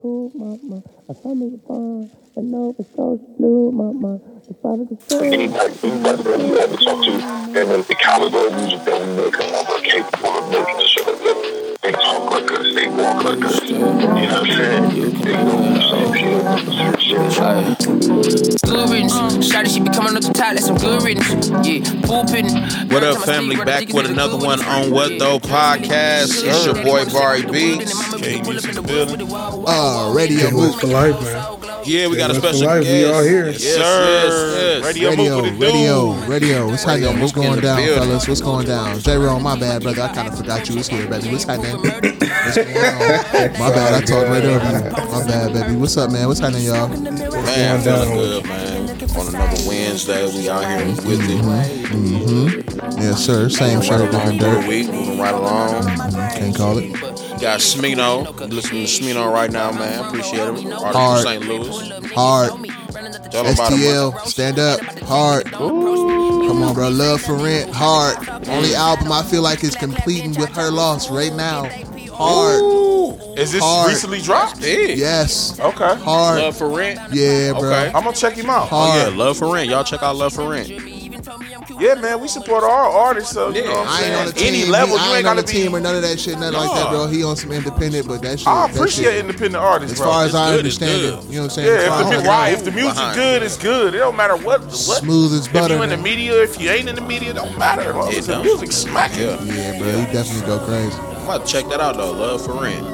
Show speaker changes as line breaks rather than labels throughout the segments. cool, mama. My summer's fun, but no, it's so blue, mama. The father the
being
sun.
that being that that you ever talk to, and then the caliber of music that we make and what we're capable of making is sort of like they talk like us, they walk like us, you know what I'm saying? They go through the same shit, they go through the same shit.
Like,
Good riddance. Shawty, she be coming up the top. That's some good riddance. Yeah, pooping.
What up, family? Back with another one on What Though Podcast. It's your boy Barry B.
Uh, radio
Get
move.
moved for life, man.
Yeah, we got a
Get
special
life.
guest.
We all here.
Yes, sir. Yes, yes.
Radio,
Radio,
move with the
radio,
dude.
radio. What's
Radio
happening? What's
Mook in
going
the
down,
building.
fellas? What's going down? J. Rome, my bad, brother. I kind of forgot you was here, baby. What's happening? What's going on? My bad. I talked right over you. My bad, baby. What's up, man? What's happening, y'all?
Man, I'm
Going down.
feeling good, man. On another Wednesday, we out here with it.
Yes, sir. Same
Moving
shirt,
right along
different
through the
dirt.
week, moving right along.
Can't call it.
Got Smino. Listening to Smino right now, man. Appreciate him. Artist from
Hard.
St. Louis.
Hard.
Tell him about him.
STL, stand up. Hard. Come on, bro. Love for rent. Hard. Only album I feel like is completing with her loss right now. Hard.
Ooh, is this
Hard.
recently dropped?
Big.
Yes.
Okay,
Hard.
Love for rent.
Yeah, bro.
Okay.
I'm gonna check him out.
Oh, yeah.
Hard.
Love for rent. Y'all check out Love for rent.
Yeah, man, we support all artists. So
Yeah,
you know what I'm
I ain't on
saying?
the team.
Any level,
I
you ain't
on
gotta
the team
be.
or none of that shit, nothing like that, bro. He on some independent, but that shit.
I
that
appreciate
shit-
independent artists,
As
bro.
far as I
good, it's
understand
good.
it, you know what I'm saying. As
yeah,
far
if the,
as
mu-
I
why,
know,
if the music
behind
good, it's good. It don't matter what. what
Smooth as butter,
If you in the
man.
media, if you ain't in the media, it don't matter. Bro.
It
If the
don't.
music smacking.
Yeah.
yeah, bro, he definitely go crazy.
I'm about to check that out though. Love for rent.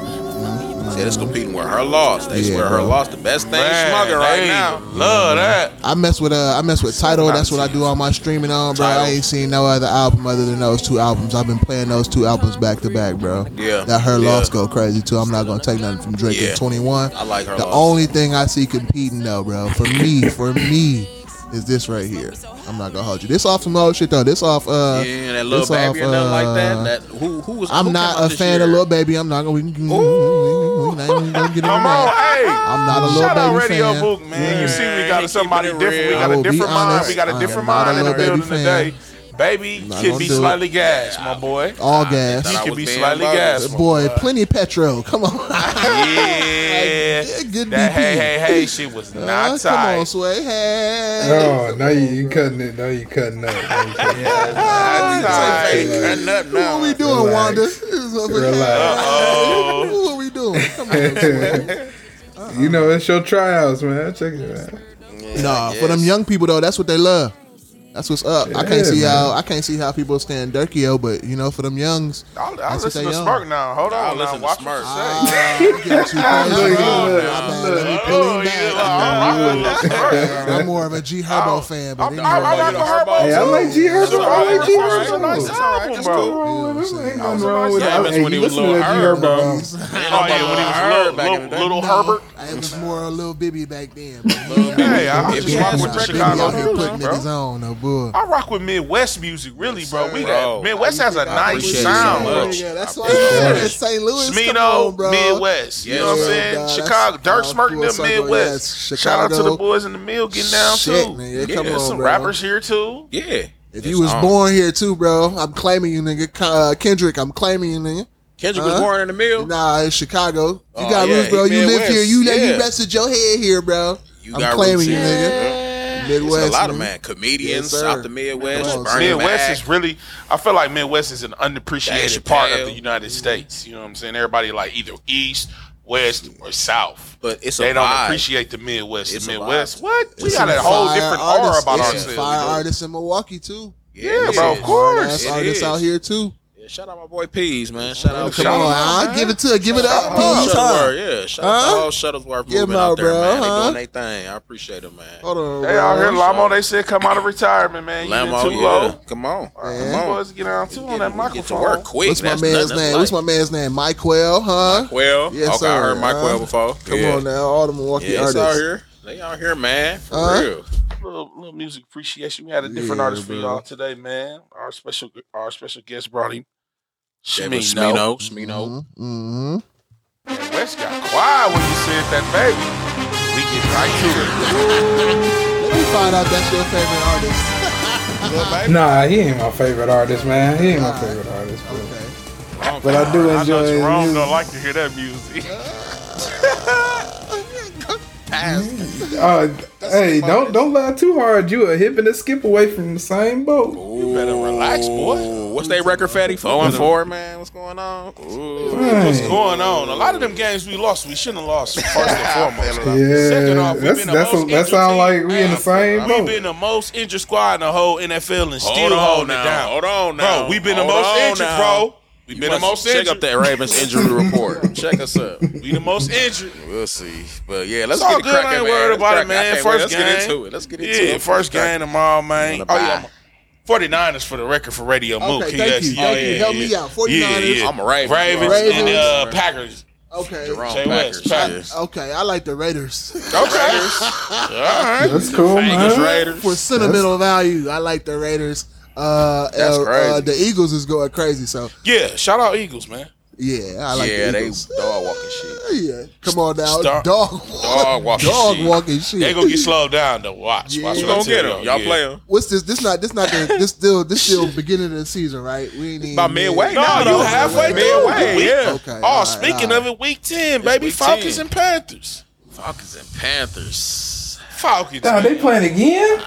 Said it's competing with her loss. They
Yeah,
swear her
bro. Mm-hmm.
loss the best thing
Man,
smugging right
hey,
now.
Love that.
I mess with uh, I mess with title. That's what I do on my streaming on, bro. I
Tidal.
ain't seen no other album other than those two albums. I've been playing those two albums back to back, bro.
Yeah,
That her
yeah.
loss go crazy too. I'm not gonna take nothing from Drake
Yeah.
and 21.
I like Her
The
Loss.
only thing I see competing though, bro, for me, for me, is this right here. I'm not gonna hold you. This off some old shit though. This off uh,
Yeah, and that little
this
baby
off,
and nothing like
uh,
that. That who who was?
I'm
who
not
came out
a
this
fan
year?
of Lil Baby. I'm not gonna. We, we,
Ooh.
not even gonna get into
Come on,
that.
hey.
I'm not a Lil
Shout out
Baby
Radio
fan.
Book, man. You see, we got
Keep
somebody
it real.
different. We
I
got
will
a
be
different mind.
honest,
We got a
I
different
am not
mind
a
in the
Lil Baby
building
fan.
today. Baby
Not
can
gonna
be
do it.
slightly gassed, my boy.
All
Thought
gas.
He
I
can
was
be
being
slightly
biased.
gassed, my
Boy, plenty of petrol. Come on.
Yeah.
Good
That hey,
BP.
hey, hey shit was
Uh,
not
come
tight.
on, Sway. Hey.
Oh, now you, you cutting it. Now you cutting up. Now you cutting up.
Not tight.
Hey, cutting up
What we
now.
doing,
Relax.
Wanda? This is over here.
Relax.
Uh-oh.
What we doing? Come on, Sway.
You know, it's your tryouts, man. Check it out.
Nah, for them young people though, that's what they love. That's what's up. I
Yeah,
can't see
man.
how I can't see how people stand Durkio, but you know, for them youngs,
I, I
That's what
listen
they
to
on.
Smirk now. Hold
I
on,
listen
now.
to
Watch
Smirk.
Uh, what you say.
ah, you get you crazy. My bad, let me
Look, look, look.
pull
Oh,
him
yeah,
back.
I'm rocking with Smirk.
I'm more of a G Herbo fan, but
I'm-
anyway,
I, I
Yeah,
like the
yeah.
Herbo too.
Hey, I like G Herbo. I like G
Herbo is a nice
Herbo.
album,
Oh,
bro.
Wrong with it. Ain't nothing
was
wrong with it.
Yeah, that's
Hey,
when he
you
was
listen to
Lil
G
Herb,
Herbo.
Oh yeah, when he
Herb
was
back in the
little, little,
day.
little
no,
Herbert.
I was more a little Bibby back then. But
Hey, I, I
If
just
he
rock
had
with the
some
Chicago
out here
music,
putting
bro.
niggas on, no boy.
I rock with Midwest music, really, bro. We
Bro,
got Midwest has a nice
appreciate
sound,
you so
bro.
much.
Yeah, that's why I'm in St. Louis. come on,
Smino,
bro.
Midwest. You know what I'm
Yeah,
saying?
dawg, that's
Chicago, Dirk
all
Smirk,
full
them
circle,
Midwest.
yes.
Shout out to
Chicago.
the boys in the mill getting down
Shit,
too.
man, yeah,
Yeah,
come
there's
on,
some
bro.
rappers here too.
Yeah.
If you was born here too, bro, I'm claiming you, nigga. K- Uh, Kendrick, I'm claiming you, nigga.
Kendrick was
Huh?
born in the mill.
Nah, it's Chicago. You
Oh,
got
yeah,
roots, bro.
he
You live
Midwest.
here. You let
Yeah.
you rested your head here, bro.
You
I'm
got
claiming
roots
you,
here. It's
nigga. Midwest.
a lot of
nigga.
man comedians
Yes, sir.
out the Midwest.
Come on,
Bernie
Midwest
Mac.
is really, I feel like Midwest is an
Dave
underappreciated part
Chappelle.
of the United States. You know what I'm saying? Everybody like either East, West, or South.
but it's a
They don't
vibe.
appreciate the Midwest.
It's a
the Midwest.
vibe.
What? We
It's
got
some
a whole
fire
different aura
artists.
about
It's some
ourselves.
Fire
you know?
artists in Milwaukee too.
Yeah,
it
bro,
is.
of course.
That's
It
artists
is.
out here too.
Yeah, shout out my boy Peas, man. Shout out
Come
Shout
on,
out,
I'll
man.
give it to give it up. Peace, huh?
Shuttlesworth, yeah. Shout
Huh?
out to the whole Shuttlesworth
Give
movement
out,
out there,
bro,
man.
huh?
They doing their thing. I appreciate them, man.
Hold on,
They out here,
bro.
Lamo. They said come out of retirement, man. You
Lamo,
been too
yeah.
low.
Come on.
These
Come on.
boys get on too on
Get-
that
Get
microphone.
to work quick.
What's my
That's
man's
nothing
name?
like-
What's my man's name? Mike Well, huh?
Well,
Yes,
okay, I
sir.
heard Mike
Uh,
Well before.
Come
yeah.
on now, all the Milwaukee
Yeah, it's out
artists.
here. They out here, man. For
Huh?
real.
Little, little music appreciation. We had a different
Yeah,
artist for
bro.
y'all today, man. Our special our special guest brought him.
Shit, Smino.
Smino.
Smino.
Mm-hmm.
West got quiet when you said that, baby. We get right to it.
Let me find out that's your favorite artist.
Nah, he ain't my favorite artist, man. He ain't my favorite artist. bro.
Okay.
But I do
I know
enjoy his
Jerome
music.
don't like to hear that music.
past.
Uh, hey, don't don't lie too hard. You a hip and a skip away from the same boat.
You better relax, boy.
Ooh, What's their record, Fatty? Four and four, man. What's going on? Ooh.
What's
Right.
going on? A lot of them games we lost, we shouldn't have lost. First and foremost. Second
Yeah,
off, we
that's
been the
that's
most
that sound like
entertaining
we in the
team.
same
We've
boat.
been the most injured squad in the whole NFL and
Hold
still
on
holding it
now.
down.
Hold on now.
Bro, we've been the
Hold
most
on
injured,
now.
bro. We've
You
been the
must
most
check
injured.
up that Ravens injury report. check us up.
We the most injured.
We'll see. But yeah, let's
It's all
get it
good. I
cracking.
ain't
man.
worried
Let's
about
crack
it, man.
I can't wait.
First
let's
game.
get into it. Let's get into it.
Yeah, first game tomorrow, man.
Wanna
Oh, yeah.
buy.
I'm- 49ers for the record for Radio Mook.
thank
yes.
you,
Yeah,
thank you.
yeah,
Help
yeah.
me out. 49ers.
I'm a Ravens.
Ravens,
bro.
and uh, Packers.
Okay.
Jerome
Say
Packers.
West, Packers.
yeah.
Okay, I like the Raiders.
Okay. All right.
That's cool,
Bengals,
man.
Raiders.
For sentimental value, I like the Raiders. Uh,
That's
uh,
crazy.
uh, the Eagles is going crazy, so
Yeah, shout out Eagles, man.
yeah, I like
yeah,
the
they
Eagles.
dog walking shit.
yeah, come on now,
Star-
dog,
Dog walking
dog
shit.
walking shit.
They gonna get slowed down though. Watch,
Yeah.
watch.
You
what I
Don't
tell
get them. Y'all
Yeah.
play them.
What's this? This not this not the this still this still beginning of the season, right? We ain't even
About midway.
No,
Nah,
you
though.
halfway through.
Midway,
Week-
yeah.
Okay,
oh,
alright,
speaking
alright.
of it, week ten, baby.
week
Falcons
10.
and Panthers.
Falcons and Panthers.
Falcons.
Nah, they playing again?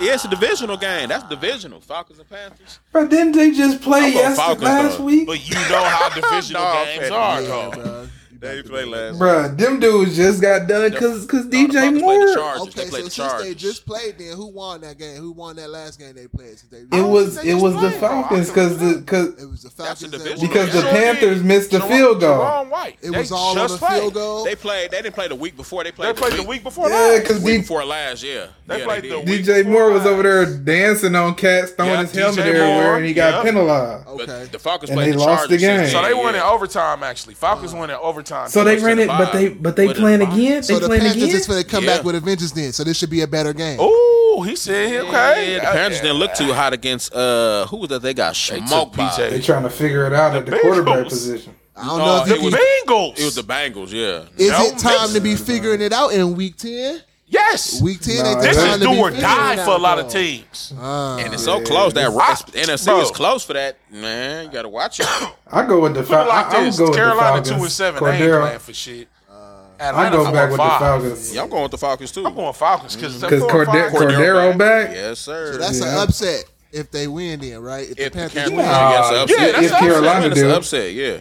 Yeah, it's a divisional game. That's divisional. Falcons and Panthers.
But didn't they just
I'm
play
going
yesterday
Falcons,
last
though.
week?
but you know how divisional
Dog,
games
man.
are,
Yeah,
dog.
bruh.
They play last.
Bruh, them dudes just got done because cause
No, the Falcons
DJ
played the
Moore.
Chargers.
Okay,
they played
so
the
since
Chargers.
they just played, then who won that game? Who won that last game they played? Since they-
It was
think
it
they was
was the
playing, bro. I
Falcons
don't
because the because
It was the
That's a
Falcons that
division.
won.
Because the
Sure
Panthers
did.
missed the
Jerome-
field goal.
Jerome White.
It
They
was all on
just
the
played.
field goal.
They played. They didn't play the week before. They played.
They played the week before
yeah,
that.
because
Week
D-
before last. Yeah.
They
yeah,
played
they
the
did.
week-
DJ Moore was over there dancing on cats, throwing
Yeah,
his helmet
DJ
everywhere,
Moore.
and he got
Yeah.
penalized.
But
okay.
the Falcons
And
played
they
the
lost the
Chargers. since
game.
So they
then,
won in
yeah.
overtime. Actually, Falcons
Uh-huh.
won in overtime.
So they
too.
ran it, but they but they
What a
playing
vibe.
again. They
So the
playing
Panthers
again.
is going to come
Yeah.
back with a vengeance then. So this should be a better game.
Ooh, he said, okay. Uh,
Yeah, the Panthers didn't look too hot against uh who was that they got
took
smoked by?
PJ.
They trying to figure it out at the quarterback
Bengals.
position.
I don't
No,
know if
it
you
was-
can,
Bengals.
It was the Bengals, yeah.
is
no,
it time to be
Bengals.
figuring it out in week ten.
yes.
Week ten,
Nah,
they time
This is
Trying
to
do
be
or
figuring it
die for a
out,
lot of
though.
teams.
Uh,
Ah.
and it's so close that
this-
I, NFC
Bro.
is close for that. Man, you gotta watch it.
I go with the
Put it
Falcons.
like
I, I would
this:
go with
Carolina
the
two and
Falcons.
seven. They ain't playing
Cordero,
for shit.
I
Atlanta
go
four
back with the
five.
Falcons
yeah, I'm going with the Falcons too.
I'm going Falcons because
because Cordero, Cordero back.
Yes, sir.
So that's an
Yeah.
upset if they win then, right? If,
if
the
the
Panthers
Carolina
win,
Yeah.
yeah, that's
Yeah,
upset.
that's
Yeah,
an
Carolina,
that's an
dude.
upset, yeah.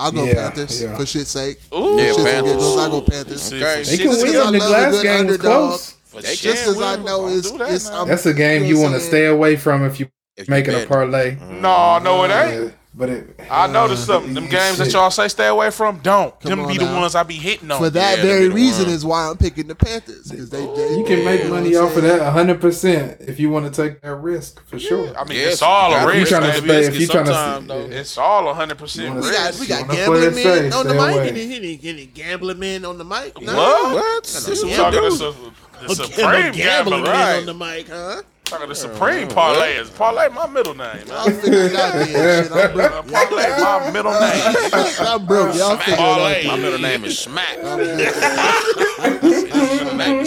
I'll go
Yeah,
Panthers
yeah.
for shit's sake.
Ooh,
Yeah,
Shit's gonna get
Panthers.
close. I go Panthers.
Okay.
They
Shit,
can
just
win.
because I
The
love a
last
good
game was
underdog.
close.
They
Just
Just
can
as I know, it's, it's I'm,
That's a game you
know what
want to
I'm
stay away from if you
If you
making a
bet.
parlay.
No, no, it
Yeah,
ain't.
But it,
Mm-hmm. I noticed something. Them
yeah,
games that
shit.
y'all say stay away from, don't.
Come
Them
on
be the
now.
ones I be hitting on.
for that
Yeah, they
very reason
won.
is why I'm picking the Panthers because they, they
You can make
know
money
what I'm
off of
saying?
that 100% if you want to take that risk, for sure.
I mean,
Yes,
it's all
you
a
gotta
You
risk,
tryna
baby.
stay-
It's-
if
it's
you tryna-
sometime, though.
It's all a hundred percent
wanna
We
risk.
got we got
wanna play
gambling
it
men
safe,
on the
stay
mic
away.
and any any gambling men on the mic. Nah.
What?
What?
This is
Yeah,
talking
dude.
the, su- the
A
supreme
gambling
gambler,
man
right?
on the mic, huh?
Talking the supreme parlay is parlay my middle name. man.
Y'all figure it out, then. Shit, I'm broke.
Parlay my middle name.
I'm broke. Y'all figure it out.
Parlay.
My middle name is Smack.
Smack,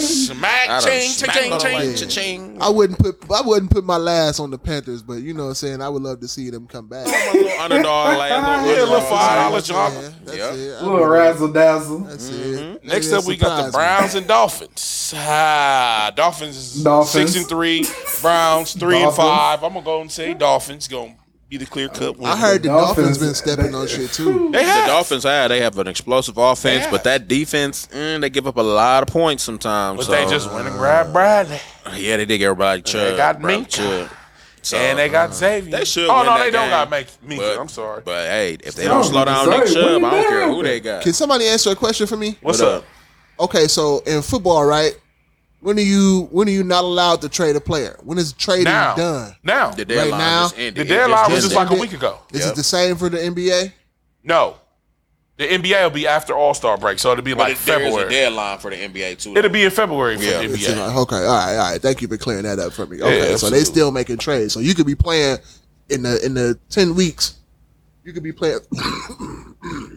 smack, ching, ching, ching, ching.
ching.
I wouldn't put I wouldn't put my last on the Panthers, but you know what I'm saying. I would love to see them come back.
A
Oh
little underdog last.
Yeah, a little five dollar
Yeah,
drop.
that's
Yeah.
it. I
little
would-
razzle dazzle.
That's it.
Mm-hmm. Next
Maybe
up, we got
surprise
the
me.
Browns and Dolphins. Ah, Dolphins is
Dolphins.
six and three. Browns three and
Dolphins.
five. I'm gonna go and say Dolphins gonna be the clear cut winner.
I heard the Dolphins,
Dolphins,
been stepping
they-
on shit too.
they
The
have.
Dolphins have they have an explosive offense, but that defense mm, they give up a lot of points sometimes.
But
so.
they just went and grabbed Bradley,
yeah, they dig everybody. Chubb,
got
bro,
Minka.
Chubb. So,
and they got Xavier.
They should
Oh
win
no,
that
they don't
game.
got make me.
But-
I'm sorry.
But hey, if they
No,
don't slow down
sorry,
Nick
what
Chubb, I
you
don't care
doing?
who they got. uh,
Can somebody answer a question for me?
What's
What
up?
Okay, so in football, right? When are you when are you not allowed to trade a player? When is trading
Now,
done?
now
The
the
deadline
now,
just ended. It
deadline was just
ended.
like a week ago.
Is
Yep.
it the same for the NBA?
No, the NBA will be after All Star break, so it'll be
But
like
it- there is a
February.
deadline for the NBA too.
It'll be in February for
Yeah.
the
It's
NBA.
like, okay, all right, all right. Thank you for clearing that up for me. Okay, so
absolutely.
they still making trades. So you could be playing in the in the ten weeks. You could be playing.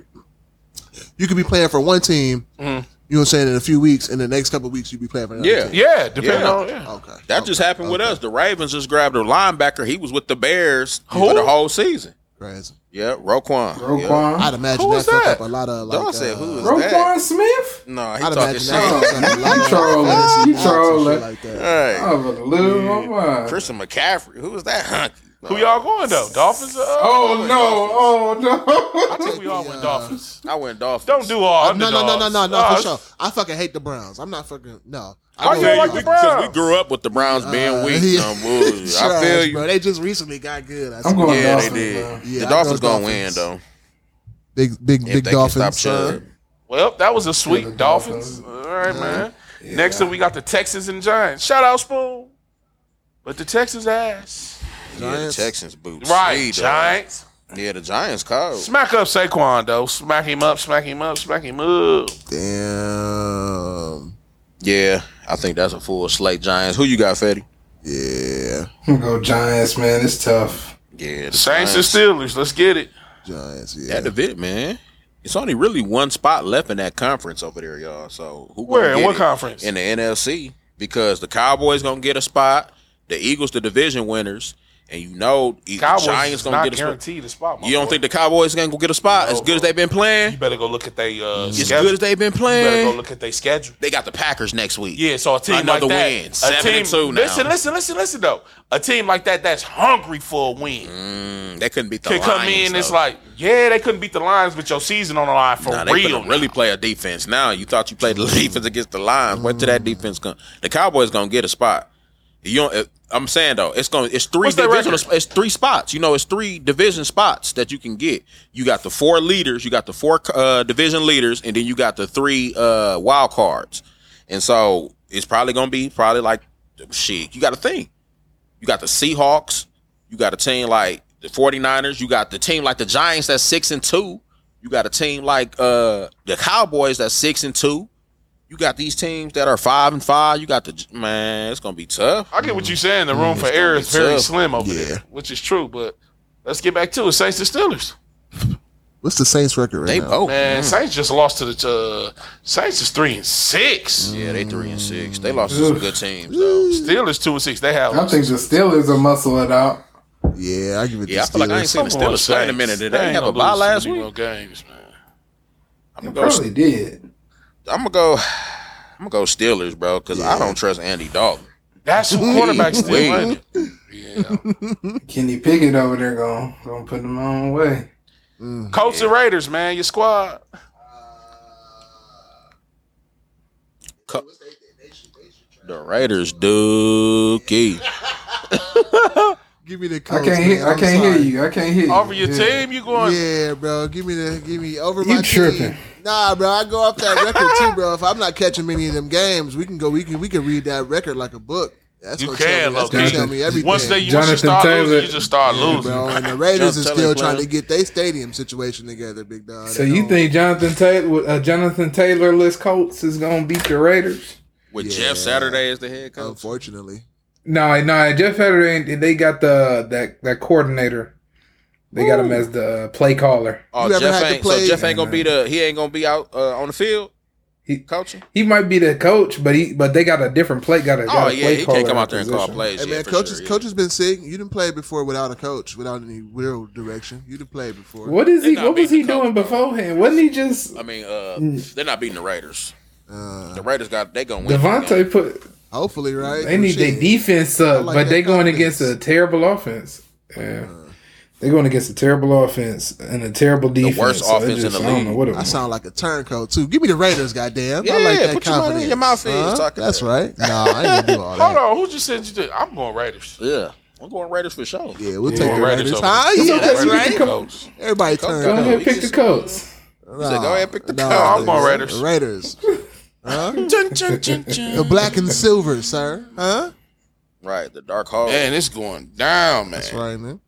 you could be playing for one team. You know what I'm saying? In a few weeks, in the next couple of weeks, you'd be playing for another
Mm-hmm. Yeah.
team.
Yeah, depending
Yeah.
on. Yeah.
Okay.
that just happened with us. The Ravens just grabbed a linebacker. He was with the Bears
Who?
for the whole season.
Crazy.
Yeah, Roquan. Yeah.
Roquan.
I'd imagine
Who
that
was
fuck
that?
up a lot of like.
Dog said, who
uh,
is
Roquan
that?
Smith?
No, he
I'd
talking
imagine
shit.
that fucks up a lot of
trolling.
fantasy
You
odds and
trolling.
shit like that.
All
I
right.
was losing my
uh,
mind.
Christian McCaffrey. Who was that hunky?
Who y'all going though? Dolphins? Uh,
Oh no! Oh
I think we all went
Yeah.
Dolphins.
I went Dolphins.
Don't do
Uh,
all
No,
underdogs. Uh,
no, no, no, no, no,
Nah,
for sure. I fucking hate the Browns. I'm not fucking no.
Why
don't
you don't like
hate
the
them.
Because we
Browns.
grew up with the Browns being
Uh,
weak.
yeah.
Um, well, I feel
Trash,
you.
Bro, they just recently got good. I
I'm
swear.
going
Yeah,
Dolphins.
they did.
man.
Yeah,
the
I
Dolphins
go
gonna
Dolphins.
win though.
Big, big,
If
big
they can
Dolphins.
stop
son.
chugging.
Well, that was a sweep.
Yeah, the
Dolphins.
Dolphins.
All right, man. Next up, we got the Texans and Giants. Shout out Spoon, but the Texans ass.
Yeah, the
Giants.
Texans boots.
Right, Giants.
Yeah, the Giants cold.
Smack up Saquon though. Smack him up. Smack him up. Smack him up.
Damn.
Yeah, I think that's a full slate. Giants. Who you got, Fetty?
Yeah.
I'm gonna go Giants, man. It's tough.
Yeah, the
Saints and
Giants.
Steelers. Let's get it.
Giants. Yeah.
That division, man. It's only really one spot left in that conference over there, y'all. So who
Where?
gonna
In
get
what
it?
conference?
In the NFC, because the Cowboys gonna get a spot, the Eagles, the division winners, and you know e, the
Cowboys
Giants
is
gonna
not
get a spot.
guaranteed a spot. my
You don't
boy.
think the Cowboys gonna go get a spot as
No,
good as
bro.
they've been
You
playing?
better go look at their uh,
As
schedule.
good as they've been
you better
playing,
go look at their schedule.
they got the Packers next week.
Yeah, so a team
Another
like that,
win.
a
Seven
team,
and two now.
Listen, listen, listen, listen though. A team like that that's hungry for a win
Mm, they couldn't beat the
can
Lions.
come in. It's
though.
like, yeah, they couldn't beat the Lions with your season on the line for
Nah, they
real.
finna really play a defense now. You thought you played the defense against the Lions. Wait till that defense come. The Cowboys gonna get a spot. You don't, it- I'm saying though, it's going to it's three
What's their
divisional
record?
sp- it's three spots. You know, it's three division spots that you can get. You got the four leaders, you got the four uh, division leaders, and then you got the three uh, wild cards. And so it's probably going to be probably like shit. You got to think. You got the Seahawks. You got a team like the 49ers. You got the team like the Giants that's six and two. You got a team like uh, the Cowboys that's six and two. You got these teams that are five and five. You got the man. It's gonna be tough.
I get what you're saying. The room for error is
Mm, be
very
tough.
slim over
Yeah.
there, which is true. But let's get back to it. Saints and Steelers.
What's the Saints record right
They
now?
both.
Man, Saints just lost to the uh, Saints is three and six.
Yeah, they three and six. They lost to some
Oof.
good teams though.
Steelers two and six. They have.
I think the Steelers will muscle it out.
Yeah, I give it.
Yeah, I
to
feel like I ain't
Steelers.
seen the
Come on,
Steelers play in a
Saints.
minute. Did they
ain't
have a
gonna
bye
lose
last
too many
week?
more Games, man.
I'm gonna go.
Probably did.
I'm gonna go. I'm gonna go Steelers, bro, because I
Yeah.
don't trust Andy Dalton.
That's who quarterback's still
Wait.
running. Yeah.
Kenny Pickett over there going gonna put them on the way.
Colts and Raiders, man. Your squad.
Co- The Raiders, Dookie.
Give me the.
I
Colts,
can't hear.
man.
I
I'm
can't hear
sorry.
you. I can't hear you.
Over your
Yeah.
team, you going.
Yeah, bro. Give me the. Give me over
You
my
tripping.
team. Nah, bro. I go off that record too, bro. If I'm not catching many of them games, we can go. We can. We can read that record like a book. That's
You
gonna
can,
tell me, that's gonna
low-key.
tell me everything.
Once they once you
Jonathan
start
Taylor.
losing, you just start losing.
bro, and the Raiders
Just
is
tell
still
it,
trying to
player.
get their stadium situation together, big dog.
So
They
you
don't-
think Jonathan Taylor, uh, Jonathan Taylorless Colts is gonna beat the Raiders?
With
Yeah.
Jeff Saturday as the head coach.
Unfortunately,
No, no. Jeff Saturday, ain't- they got the that that coordinator. They got him as the play caller.
Oh,
You ever
Jeff
had to
ain't, so
play-
Jeff ain't gonna be the. He ain't gonna be out uh, on the field
He-
coaching.
He might be the coach, but he but they got a different play. Got a, got
Oh
a
yeah,
play
he
caller
can't come
in
out there and call
position.
plays.
hey
yeah,
man,
for
coaches,
sure, yeah.
coaches been sick. You didn't play before without a coach, without any real direction. You didn't play before.
What is
They
he?
not
What was
beating
he
the Colts,
doing
bro.
beforehand? Wasn't he just
I mean, uh, they're not beating the Raiders.
Uh,
The Raiders got they gonna win.
Devontae put?
hopefully, right?
They need their
Shit.
defense
I
up,
like
but
that
they going
confidence. Uh-huh.
against a terrible offense. Yeah. They're going against a terrible offense and a terrible defense.
worst
so it
offense in the
I don't know
league.
what it
I
was.
sound like a turncoat too. Give me the Raiders, goddamn.
Yeah,
I like that
put your money in
confidence.
your mouth and
huh?
talk it
That's
up.
right. Nah, I ain't gonna do all
Hold
that.
on, who just said you did? I'm going Raiders.
Yeah, I'm going Raiders for sure.
Yeah, we'll
I'm
take
going
the Raiders.
over.
Huh?
I'm
Yeah,
going
that's
Raiders,
right.
coach.
Everybody
Go
Go
turn.
ahead,
ahead,
pick
pick
the
the Colts.
said, go ahead, pick the
Nah,
coat.
I'm on
niggas.
Raiders.
Raiders. Huh? the black and silver, sir. Huh?
Right, the dark hole.
Man, it's going down, man.
That's right, man.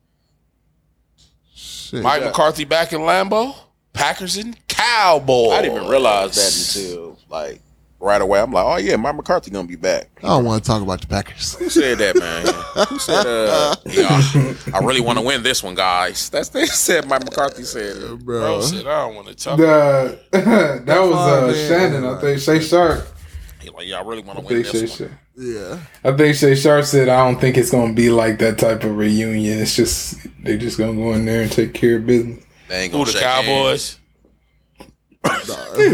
Shit.
Mike McCarthy back in Lambeau. Packers and Cowboys.
I didn't even realize that until like right away. I'm like, oh yeah, Mike McCarthy gonna be back.
I don't want to talk about the Packers.
Who said that, man? Who said, uh, yeah, I really want to win this one, guys. That's they said. Mike McCarthy said. it.
Bro
Bro.
said I don't want to talk.
The, that was
Oh,
uh,
man.
Shannon, I think. Say Sharp.
He like, yeah, I really want to
I
win
think Shay
this one.
Sharp.
Yeah.
I think Shay Sharp said, I don't think it's going to be like that type of reunion. It's just, they're just going to go in there and take care of business.
They ain't
Who
gonna
the
shake hands.
Cowboys?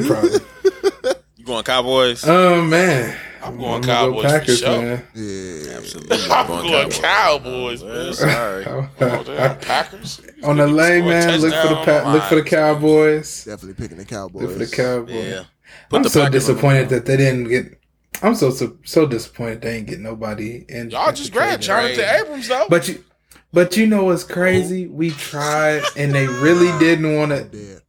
Probably.
You going Cowboys?
oh, man. I'm
going Cowboys for sure.
Yeah.
I'm going Cowboys, man.
Sorry.
Oh, damn, Packers.
On the lane,
score a
man, look for the
touchdown
pa-
on
look for the
mine.
Cowboys.
Definitely picking the
Look for
Cowboys.
the Cowboys.
Yeah.
I'm
the
so
Packers on
disappointed that they didn't get. I'm so so, so disappointed they didn't get nobody. And
Y'all just grabbed Jonathan Abrams though.
But you, but you know what's crazy? We tried, and they really didn't want to.
Dead.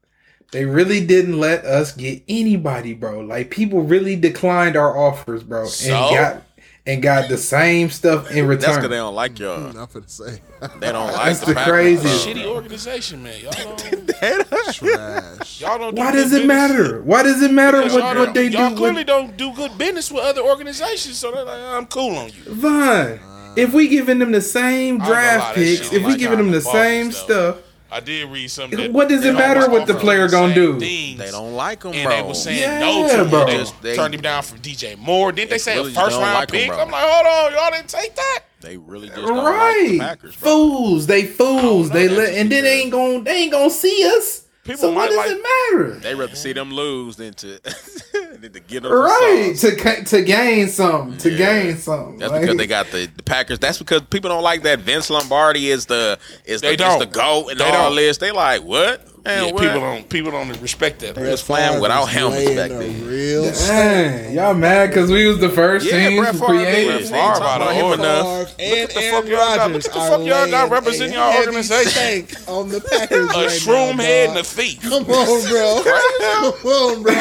They really didn't let us get anybody, bro. Like people really declined our offers, bro, and
So?
got and got the same stuff in
That's because they
return.
don't like y'all.
Not for the same.
They don't like
That's the
Packers.
craziest.
Shitty organization, man. Y'all don't,
Trash.
y'all don't do
Why
good
does it
business.
matter? Why does it matter
Because
what,
y'all
what
don't-
they
y'all
do?
clearly
With,
don't do good business with other organizations, so they're like, I'm cool on you.
Vaughn, if we giving them the same
Uh, gonna lie,
draft
that shit
picks,
don't
if we
like
giving them the
Aaron Rodgers,
same
though.
stuff,
I did read something. that-
What does
that
it matter
almost
what the
offered
player
him the
gonna
same
do?
things,
They don't like them,
and
bro.
they were saying
Yeah,
no to him.
bro.
They just
They-
turned him down for DJ Moore. Didn't they
They
say a
really
first
don't
round
like him,
pick?
bro.
I'm like, hold on, y'all didn't take that.
They really just don't like the
right?
Packers, bro.
fools, they fools,
know,
they
that's
let, and then they ain't gonna they ain't gonna see us.
People
so what
might
does
like-
it matter?
They rather see them lose than to than to get them some
right
sauce.
to ca- to gain something to
Yeah.
gain something
That's
Like,
because they got the, the Packers. That's because people don't like that Vince Lombardi is the is
They
the, is the
don't.
goat and
They
all
don't.
this. They like what? Man,
Yeah,
what?
people don't people don't respect that.
was playing without helmets back then.
Real
Dang, y'all mad because we was the first
Yeah,
team
Brett
to
Favre, they
create
Brett
it?
Favre out of
Favre.
order.
enough.
Look
at the fuck y'all got- look at the fuck y'all got representing y'all organization.
on the Packers.
A shroom head and a thief.
Come on, bro. Come on, bro.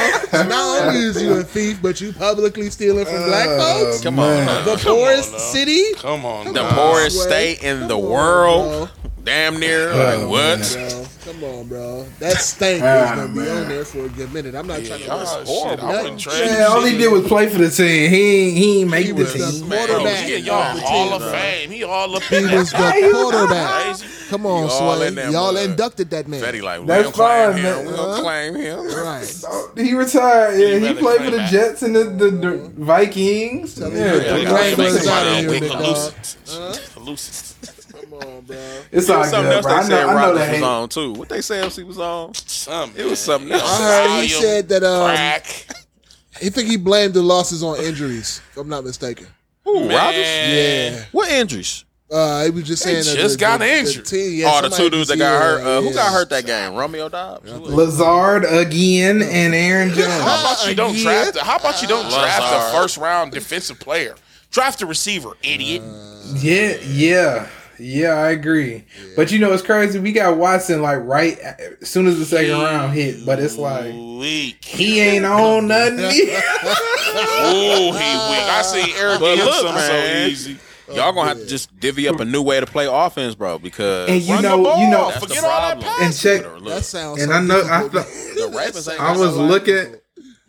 Not only is you a thief, but you publicly stealing from black
Uh,
folks.
Come on, now.
the poorest city.
Come on,
the
dog.
poorest
Sway.
state in the
Come on,
world. Damn near.
Oh,
like what?
Bro, come on, bro. That stank is
Ah,
gonna be
man.
on there for a good minute. I'm not trying to.
Y'all
rush.
shit, I wouldn't trade
Yeah, all he did was play for the team. He ain't, he ain't make
He
the
was the
team.
Bro,
quarterback.
yeah,
of
y'all
the
Hall
team,
of
bro.
Fame. He all up
He
in
was
that.
the quarterback.
Crazy.
Come on,
You all
Sway.
in that
Y'all
mud.
inducted that man.
Betty like we
That's
don't claim
fine,
him.
man.
We don't claim him.
Right.
Oh, He retired.
You
Yeah, he
better
played for
claim
the
that.
Jets and the, the, the Vikings.
Tell me
Yeah.
that.
Yeah,
Black
y'all
folks
make
outta
money
here,
on
big
Wick
dog.
Elusive. Elusive.
Come on, bro.
It's
It
all
was something else
good, bro.
they
I know,
said
I know
Rodgers
they
was
hate.
on too. What they say else he was on?
Something.
It was something else.
I heard he
Volume,
said that uh,
Crack.
he think he blamed the losses on injuries. If I'm not mistaken.
Who, Rodgers?
Man.
Yeah.
What injuries?
Uh, he was just saying that
just got injured.
team- yeah,
Oh, the
somebody
two dudes that got
just- yeah,
hurt. Uh, Who
yeah.
got hurt that game? Romeo Dobbs? Who was-
Lazard again and Aaron Jones.
How about you don't
yeah.
draft? How about you don't draft
Lazard.
the first round defensive player? Draft a receiver, idiot.
Uh, Yeah, yeah, yeah. I agree. But you know, it's crazy. We got Watson like right a- as soon as the second round hit, but it's like
Weak.
he ain't on nothing.
Oh, he weak. I see Eric
But look,
Gibson so
man.
easy.
Y'all gonna have to just divvy up a new way to play offense, bro. Because
And you
Run
know,
the ball.
you know,
that's
forget
the
all that
problem.
passing.
and check.
That
Look,
sounds.
And
so
I know, I
difficult.
thought
the Ravens ain't
I
got
was
nobody
looking.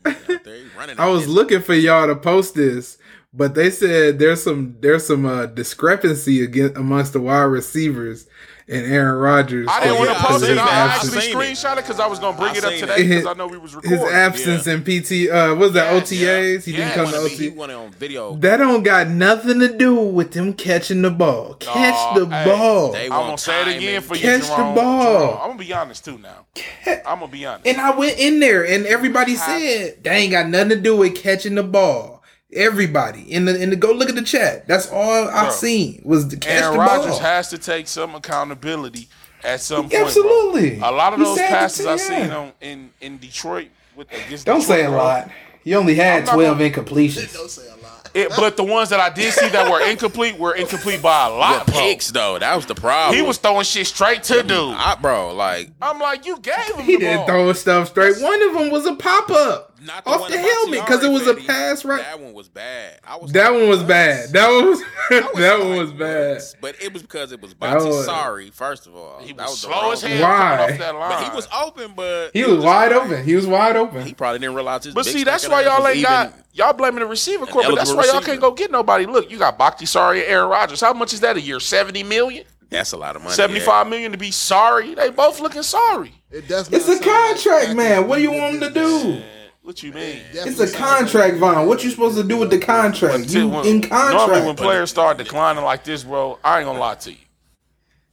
out there. He running
I was
it.
looking for y'all to post this, but they said there's some there's some uh, discrepancy against amongst the wide receivers and Aaron Rodgers.
I didn't
for
want to
Yeah, I
post
his
it.
seen
I
it. I
actually
absence,
seen it.
screenshot it because I was gonna bring
I
it up
seen
today
it.
because I know we was recording.
his absence in PT. Uh, what was that OTAs? He
yeah.
didn't
Yeah,
come to
Wanna be- He
OT.
wanted on video.
That don't got nothing to do with them catching the ball. Catch the
hey,
ball.
They
I'm
want
gonna say it again
timing.
for you,
Catch the
Jerome.
ball.
Jerome, I'm gonna be honest too now. I'm gonna be honest.
And I went in there, and everybody said they ain't got nothing to do with catching the ball. Everybody in the in the go look at the chat. That's all I've
Bro.
seen was the catch
Aaron
the
Rodgers
ball.
has to take some accountability at some point.
Absolutely.
bro. A lot of
He
those
said it
passes
to-
I
yeah.
seen on in in Detroit with against
Don't
Detroit,
say a
bro.
lot. You only had
I'm not
twelve
gonna-
incompletions.
Don't say a lot.
It- but the ones that I did see that were incomplete were incomplete by a lot.
The
bro.
picks though, that was the problem.
He was throwing shit straight to dude.
I, bro, like
I'm like, you gave him
He
the
didn't
ball.
throw stuff straight. One of them was a pop up
not
off
one
the
about
helmet because it was a
Tiare,
pass
baby.
right.
That one was bad. I was
That
like,
one was
what?
bad. That one was
I
that
like,
one was
what?
bad.
But it was because it was
That
Bonte
was-
sorry, first of all.
He was,
that the
slow
wrong
as
thing.
hell
Why?
coming off that line.
But he was open, but
He was wide
like-
open. He was wide open.
He probably didn't realize his.
But
big
see, that's
fucking
why
ass
y'all
was
ain't
even-
got y'all blaming the receiver corps. But that's
eligible
why y'all
receiver.
can't go get nobody. Look, you got Bakhti Sorry, Aaron Rodgers. How much is that a year? Seventy million,
That's a lot of money.
seventy five million to be sorry. They both looking sorry.
It does.
It's
not sound like
a contract,
Packers
man. What do you
did
want him to
this.
do?
What you mean?
It's a contract, Vaughn. What you supposed to do with the contract?
Until
You
when-
in
Normally, when
contract.
players start declining like this, bro, I ain't gonna lie to you.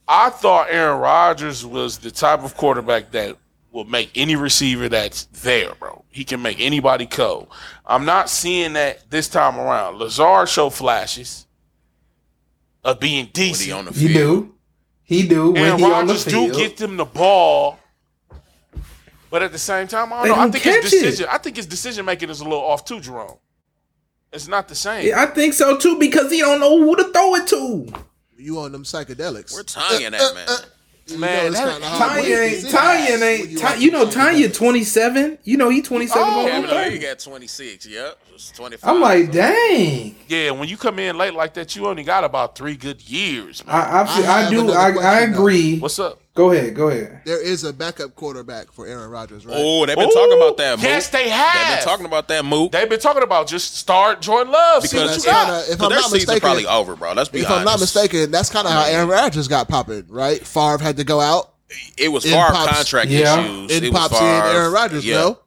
I thought Aaron Rodgers was the type of quarterback that will make any receiver that's there, bro. He can make anybody cold. I'm not seeing that this time around. Lazard show flashes of being
When he on
decent.
the
You
field.
do. He do when
Aaron
he on the
Rodgers do
field.
get them the ball. But at the same time, I
They
don't know. I
don't
think his
catch it.
decision. I think his decision making is a little off too, Jerome. It's not the same.
I think so too because he don't know who to throw it to.
You on them psychedelics? Uh,
We're tying that man.
You know
Man,
it's
that-
kinda hard.
Tanya ain't
It's
Tanya
nice
ain't
when
Ty,
out
you know
there.
Tanya twenty seven. You know he twenty seven.
Oh,
Kevin
okay.
O'Leary got 26. Yep. It's 25.
I'm like, dang.
Yeah, when you come in late like that, you only got about three good years, man.
I I, feel-
I
I,
have
do
another
I, I
question, though.
agree.
What's up?
go ahead, go ahead.
There is a backup quarterback for Aaron Rodgers, right?
Oh, they've been talking about that. Mook.
Yes, they
They've
have.
been talking about that move.
They've been talking about just start Jordan Love. See
Because
That's
what you got.
kinda- if
so their
I'm not
season's
mistaken-
probably over, bro. Let's be
If
honest.
I'm not mistaken, that's kind of how Aaron Rodgers got popping, right? Favre had to go out
it was
in
far
Pop's-
contract
Yeah.
issues.
and
it was
pops in
Favre.
Aaron Rodgers.
Yeah.
No,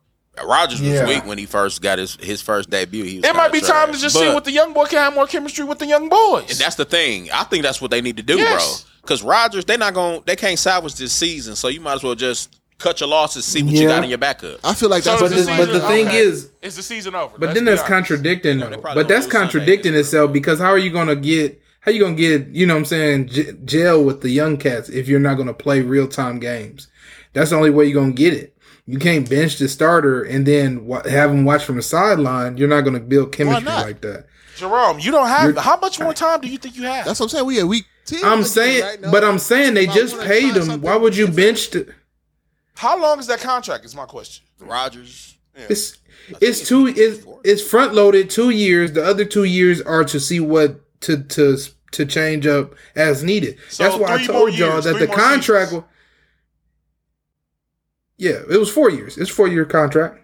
Rogers was
Yeah.
weak when he first got his, his first debut. He was
It might be
kinda
time to
trash.
just
But-
see what the young boy can have more chemistry with the young boys.
And that's the thing. I think that's what they need to do,
Yes.
bro. Because Rodgers, they not going they can't salvage this season, so you might as well just cut your losses, see what you
Yeah.
got in your backup.
I feel like
So
that's
is
But
what
the
this,
this- but
season-
the thing
okay.
is-
is the season over.
But
Let's
then
be
that's
honest.
contradicting
they
though.
probably gonna
But that's
lose Sunday,
contradicting itself because how are you gonna get how you gonna get you know what I'm saying j- jail with the young cats if you're not gonna play real time games? That's the only way you're gonna get it. You can't bench the starter and then wa- have him watch from the sideline. You're not gonna build chemistry
not?
like that.
Jerome, you don't have
You're-
how much more time do you think you have?
that's what I'm saying. We at week ten.
I'm
right
saying,
now.
but I'm saying they
If I
just
wanna
paid
try
him.
something
Why would you
different-
bench? The,
how long is that contract? Is my question.
Rodgers.
it's it's two it's, it's front loaded two years. The other two years are to see what to to to change up as needed.
So
That's why I
three more
told y'all
years,
that
three
the
more
contract.
seasons.
wa- Yeah, it was four years. It's four year contract.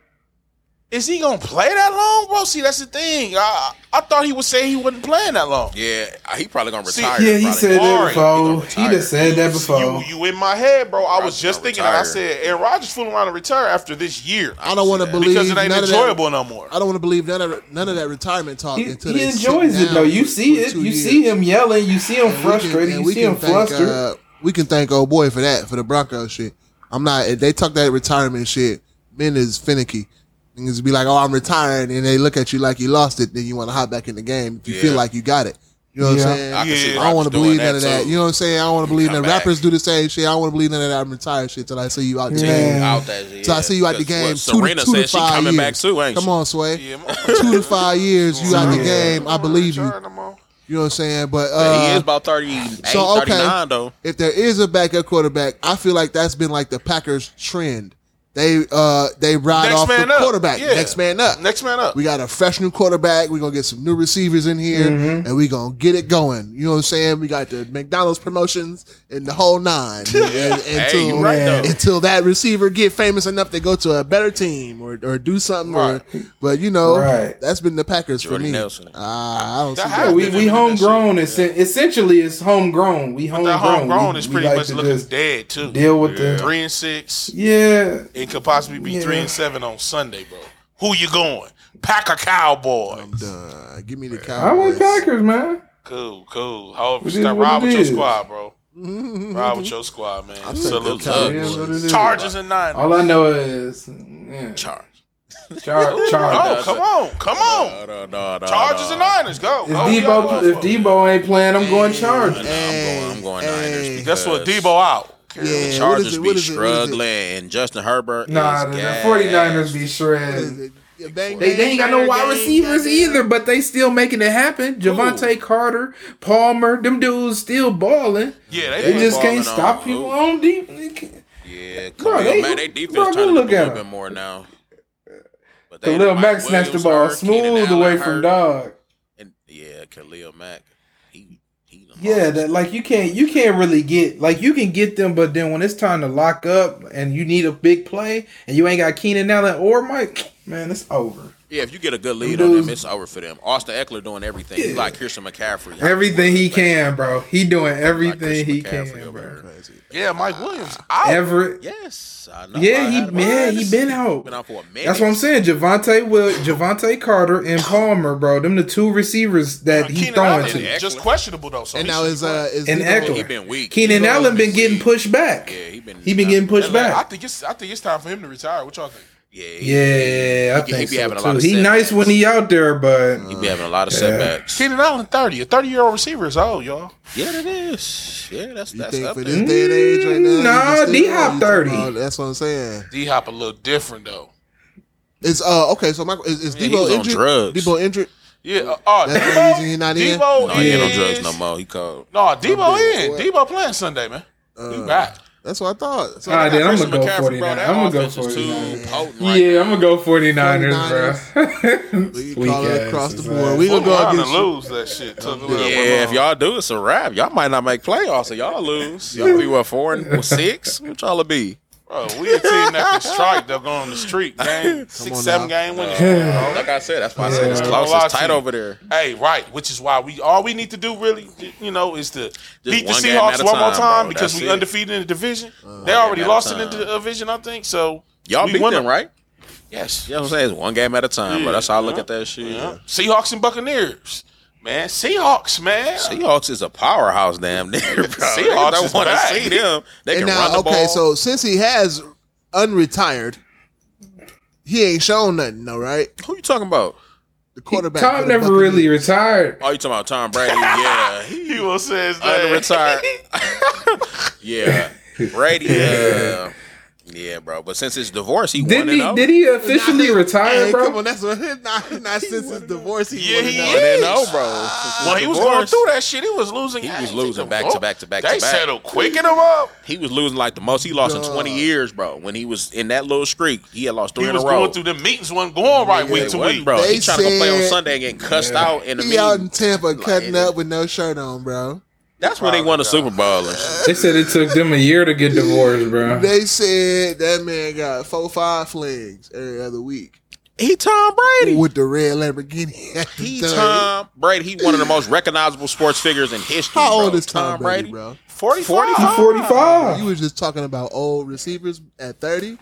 Is he gonna play that long, bro? See, that's the thing. I I thought he was saying he wasn't playing that long.
Yeah, he probably gonna
See,
retire.
yeah,
probably.
that
gonna before. He retire. done
said that
You, you in my head, bro. I
Rodgers
was just
gonna
thinking. Like I
retire.
said, Aaron Rodgers fooling around to retire after this year
I don't want to believe
because it ain't
none of that-
enjoyable no more.
I don't want to believe none of none of that retirement talk until
he
they sit
enjoys it
down
though. You
for-
see
for
it.
two
You
years.
see him yelling. You see him
And we can-
frustrated.
and
you
we
see him
can thank,
flustered.
uh, we can thank old boy for that for the Broncos shit. I'm not. if They talk that retirement shit. Men is finicky. Niggas be like, "Oh, I'm retiring," and they look at you like you lost it. Then you want to hop back in the game if you feel
Yeah.
like you got it. You know what
Yeah.
I'm saying?
I can see
Yeah.
I don't want
Rodgers
to
doing
believe
that,
none of that.
too.
You know what I'm saying? I don't want to believe
come
none.
back.
Rappers do the same shit. I don't want to believe none of that. I'm retired shit till I see you out the
Yeah.
game.
out that yeah.
So I see you out the
'Cause
game.
What,
two to-
Serena
two to
said she
five
coming
years.
back too, ain't she?
Come on, Sway.
Yeah,
Two to five years, you out the
Yeah.
game. I believe you. You know what I'm saying? But uh,
he is about 38,
so, okay.
39, though.
if there is a backup quarterback, I feel like that's been like the Packers trend. They uh they ride
Next
off the
man up.
quarterback.
Yeah.
Next man up.
Next man up.
We got a fresh new quarterback. We're gonna get some new receivers in here and we gonna get it going. You know what I'm saying? We got the McDonald's promotions and the whole nine. And- and-
Hey, you
until,
right, though.
until that receiver get famous enough to go to a better team or, or do something or, but you know
Right.
that's been the Packers
Jordy
for me.
Nelson.
Uh, I don't see
That
that.
Yeah, we, we
Yeah.
homegrown. It's essentially it's homegrown. We homegrown.
That homegrown
we,
is
we
pretty
like
much
to
looking
just
dead too.
deal with the
Three and six.
yeah.
It could possibly be three
Yeah.
and seven on Sunday, bro. Who you going? Pack a cowboy.
Uh, give me the
I
Cowboys.
went Packers, man.
Cool, cool. However,
It is
start
what
ride
it
with your
is.
squad, bro. Ride with your squad, man.
think
Salute
the
to
It is what it is.
Chargers and nine.
All I know is yeah.
Chargers.
Char-
Oh,
Chargers.
come on, come on.
No, no, no,
Chargers
no.
and Niners, go.
If
go,
Oh,
Debo
go.
if Debo ain't playing, I'm going Chargers.
Nah, I'm going. I'm going Niners.
Hey.
Guess what?
because
Debo out.
Yeah, what
The
is
Chargers
it?
be
What is it? What is it?
struggling, and Justin Herbert.
Nah,
is
the, the
gas.
49ers be shredded.
Bang, bang,
They, they ain't got no wide
bang,
receivers
bang.
either, but they still making it happen. Javante Carter, Palmer, them dudes still balling.
Yeah,
They
they,
just
balling
can't
on
stop
who?
people on deep. They can't-
Yeah,
Bro,
Khalil
they-
Mack, they
bro,
defense
go
trying to do a
look at
little
'em.
bit more now. But they-
Khalil
Mike
Mack snatched the
Williams
ball
hurt, Keenan
smooth
Allen
away from
hurt,
dog.
And yeah, Khalil Mack. He, he done
Yeah,
lost.
that like you can't you can't really get like you can get them, but then when it's time to lock up and you need a big play and you ain't got Keenan Allen or Mike, man, it's over.
Yeah, if you get a good lead on them, it's over for them. Austin Eckler doing everything. He like Christian McCaffrey.
Everything he can, bro. He doing
Like
everything
Christian
he
McCaffrey
can,
over
bro.
there.
Yeah, Mike Williams. Out.
Every
Yes, I know.
Yeah,
I
he-
had him.
yeah, he been out.
Been out for a minute.
That's what I'm saying. Javante will Javante Carter and Palmer, bro. Them the two receivers that he
Keenan
throwing
Allen
to.
is just questionable though. So
And
he
now
should
is
be
uh
playing.
is
And
Debo-
Eckler.
He been weak.
Keenan
Debo
Allen been
weak.
getting pushed back.
Yeah, he been.
He been getting pushed
Man, I
back.
think it's I think it's time for him to retire. What y'all think?
Yeah, he,
Yeah,
He-
I
he
think
be
so
having a lot
too.
of
He nice
setbacks.
when he out there, but
he be having a lot of setbacks.
Keenan Allen, thirty, a thirty-year-old receiver is old, y'all.
Yeah, that is. Yeah, that's
you
that's
think
up
for
there.
this day and age right now?
Mm,
you
nah,
can still-
D-Hop
you-
30.
oh, That's what I'm saying.
D Hop a little different though.
It's uh okay. So my is, is
Yeah, he
Debo
was on
injured?
drugs.
Debo injured.
Yeah. Uh, oh,
That's the
Debo,
reason he not in?
Debo
No, he ain't on
is-
drugs no more. He called.
No, Debo in.
boy.
Debo playing Sunday, man. he back.
Uh, That's what I thought. So
All right,
They
then
got Christian
I'm gonna go
McCaffrey,
49.
bro. That
I'm gonna go
offense is too
49.
potent right
Yeah,
now.
I'm gonna go 49ers,
we
bro.
can call it
Weak
across the
asses,
board.
man.
We gonna go
We're going to
against you.
lose that shit. Took a little
Yeah, if y'all do, it's a wrap. Y'all might not make playoffs, so y'all lose. Y'all be what four and six? What y'all be?
Bro, we a team that can strike. They'll go on the street. Game six,
on
seven
now.
game winning.
Like I said, that's why I said it's
Yeah.
close.
Well, I
It's tight
see.
over there.
Hey, right. Which is why we all we need to do really, you know, is to beat the
one game at
Seahawks
a
one more
time,
time
bro.
because
That's
we
it. Uh,
undefeated in the division. they already
game at a
lost it in
time.
the division, I think. So
Y'all
we
beat
won
them,
it.
right?
Yes.
You know what I'm saying? It's one game at a time,
Yeah.
but that's how I look at that shit.
Yeah. Seahawks and Buccaneers, man. Seahawks, man.
Seahawks is a powerhouse, damn near, bro.
Seahawks
Seahawks don't
is
want to
back.
see them. They
And
can run
now,
the
okay,
ball.
so since he has unretired, he ain't shown nothing, though, right?
Who you talking about?
The quarterback. for
Tom
the
never
Buccaneers.
really retired.
Oh, you talking about Tom Brady? Yeah, he
He will say his
under
name.
retired. yeah, Brady. Uh, yeah, bro. But since his divorce, he
Did
won
he?
oh.
and oh.
Did he officially retire,
Hey, come
bro?
on, that's what. Not, not since his divorce. He
Yeah,
wanna
he
know.
is.
No, oh, bro.
Well, he was going through that shit. He was losing.
He
I
was
ain't
losing
think
back
the-
to back to back
They
to back.
settled quicking him up.
He was losing like the most he lost in 20
God.
years, bro. When he was in that little streak, he had lost three
He
in a
was
row.
going through them meetings, wasn't going right
They
week to
wasn't,
week.
bro.
They
he tried to go play on
said-
Sunday and get cussed out in the
He out in
meeting.
Tampa cutting
it-
up with no shirt on, bro.
That's when they won the Super Bowl. And shit.
They said it took them a year to get divorced, bro.
They said that man got four five flings every other week
He Tom Brady.
with the red Lamborghini. at the
He
thug.
Tom Brady. He one of the most recognizable sports figures in history.
How
bro.
old is Tom, Brady, bro?
Forty forty.
He's 45.
You was just talking about old receivers at thirty.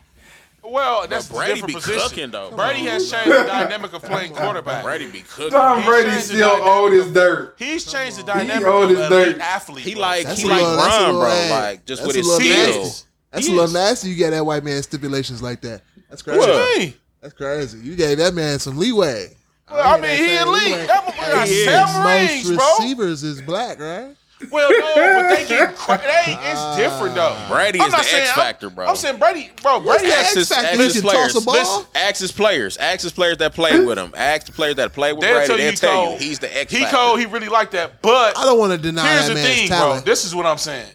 Well, that's
But Brady
a different
be
position.
cooking, though.
Brady has changed the dynamic of playing quarterback.
Brady be cooking.
Tom
He's
Brady's
changed the
still
dynamic
old
of-
as dirt.
He's changed the
on. He
dynamic
old
of
as
an elite
dirt.
athlete.
He
bro.
like
That's
he
a
like
little- that's a
Ron,
little
bro.
ass.
Like just
That's
with
a
his
little
skill.
nasty. That's
He
a little
is.
nasty. You get that white man stipulations like that. That's crazy.
What?
What you mean?
That's crazy. You gave that man some leeway.
Well, I mean, he
That's
elite.
leeway.
That one got
He is.
seven rings,
Most
bro.
receivers is black, right?
Well, no, but they get cra- they, it's different though.
Brady
I'm
is
not
the
saying-
X
I'm-
factor, bro.
I'm saying Brady, bro.
What's
Brady
the
has
X
Axis,
factor? He
Axis
can
players.
toss a ball?
Listen, Axis players. Axis players that play with him. Axis players that play with Brady. They'll tell you
cold.
he's the X
He
factor.
cold. He really like that. But
I don't want to deny
here's
that
the
man's
thing, bro.
talent.
This is what I'm saying.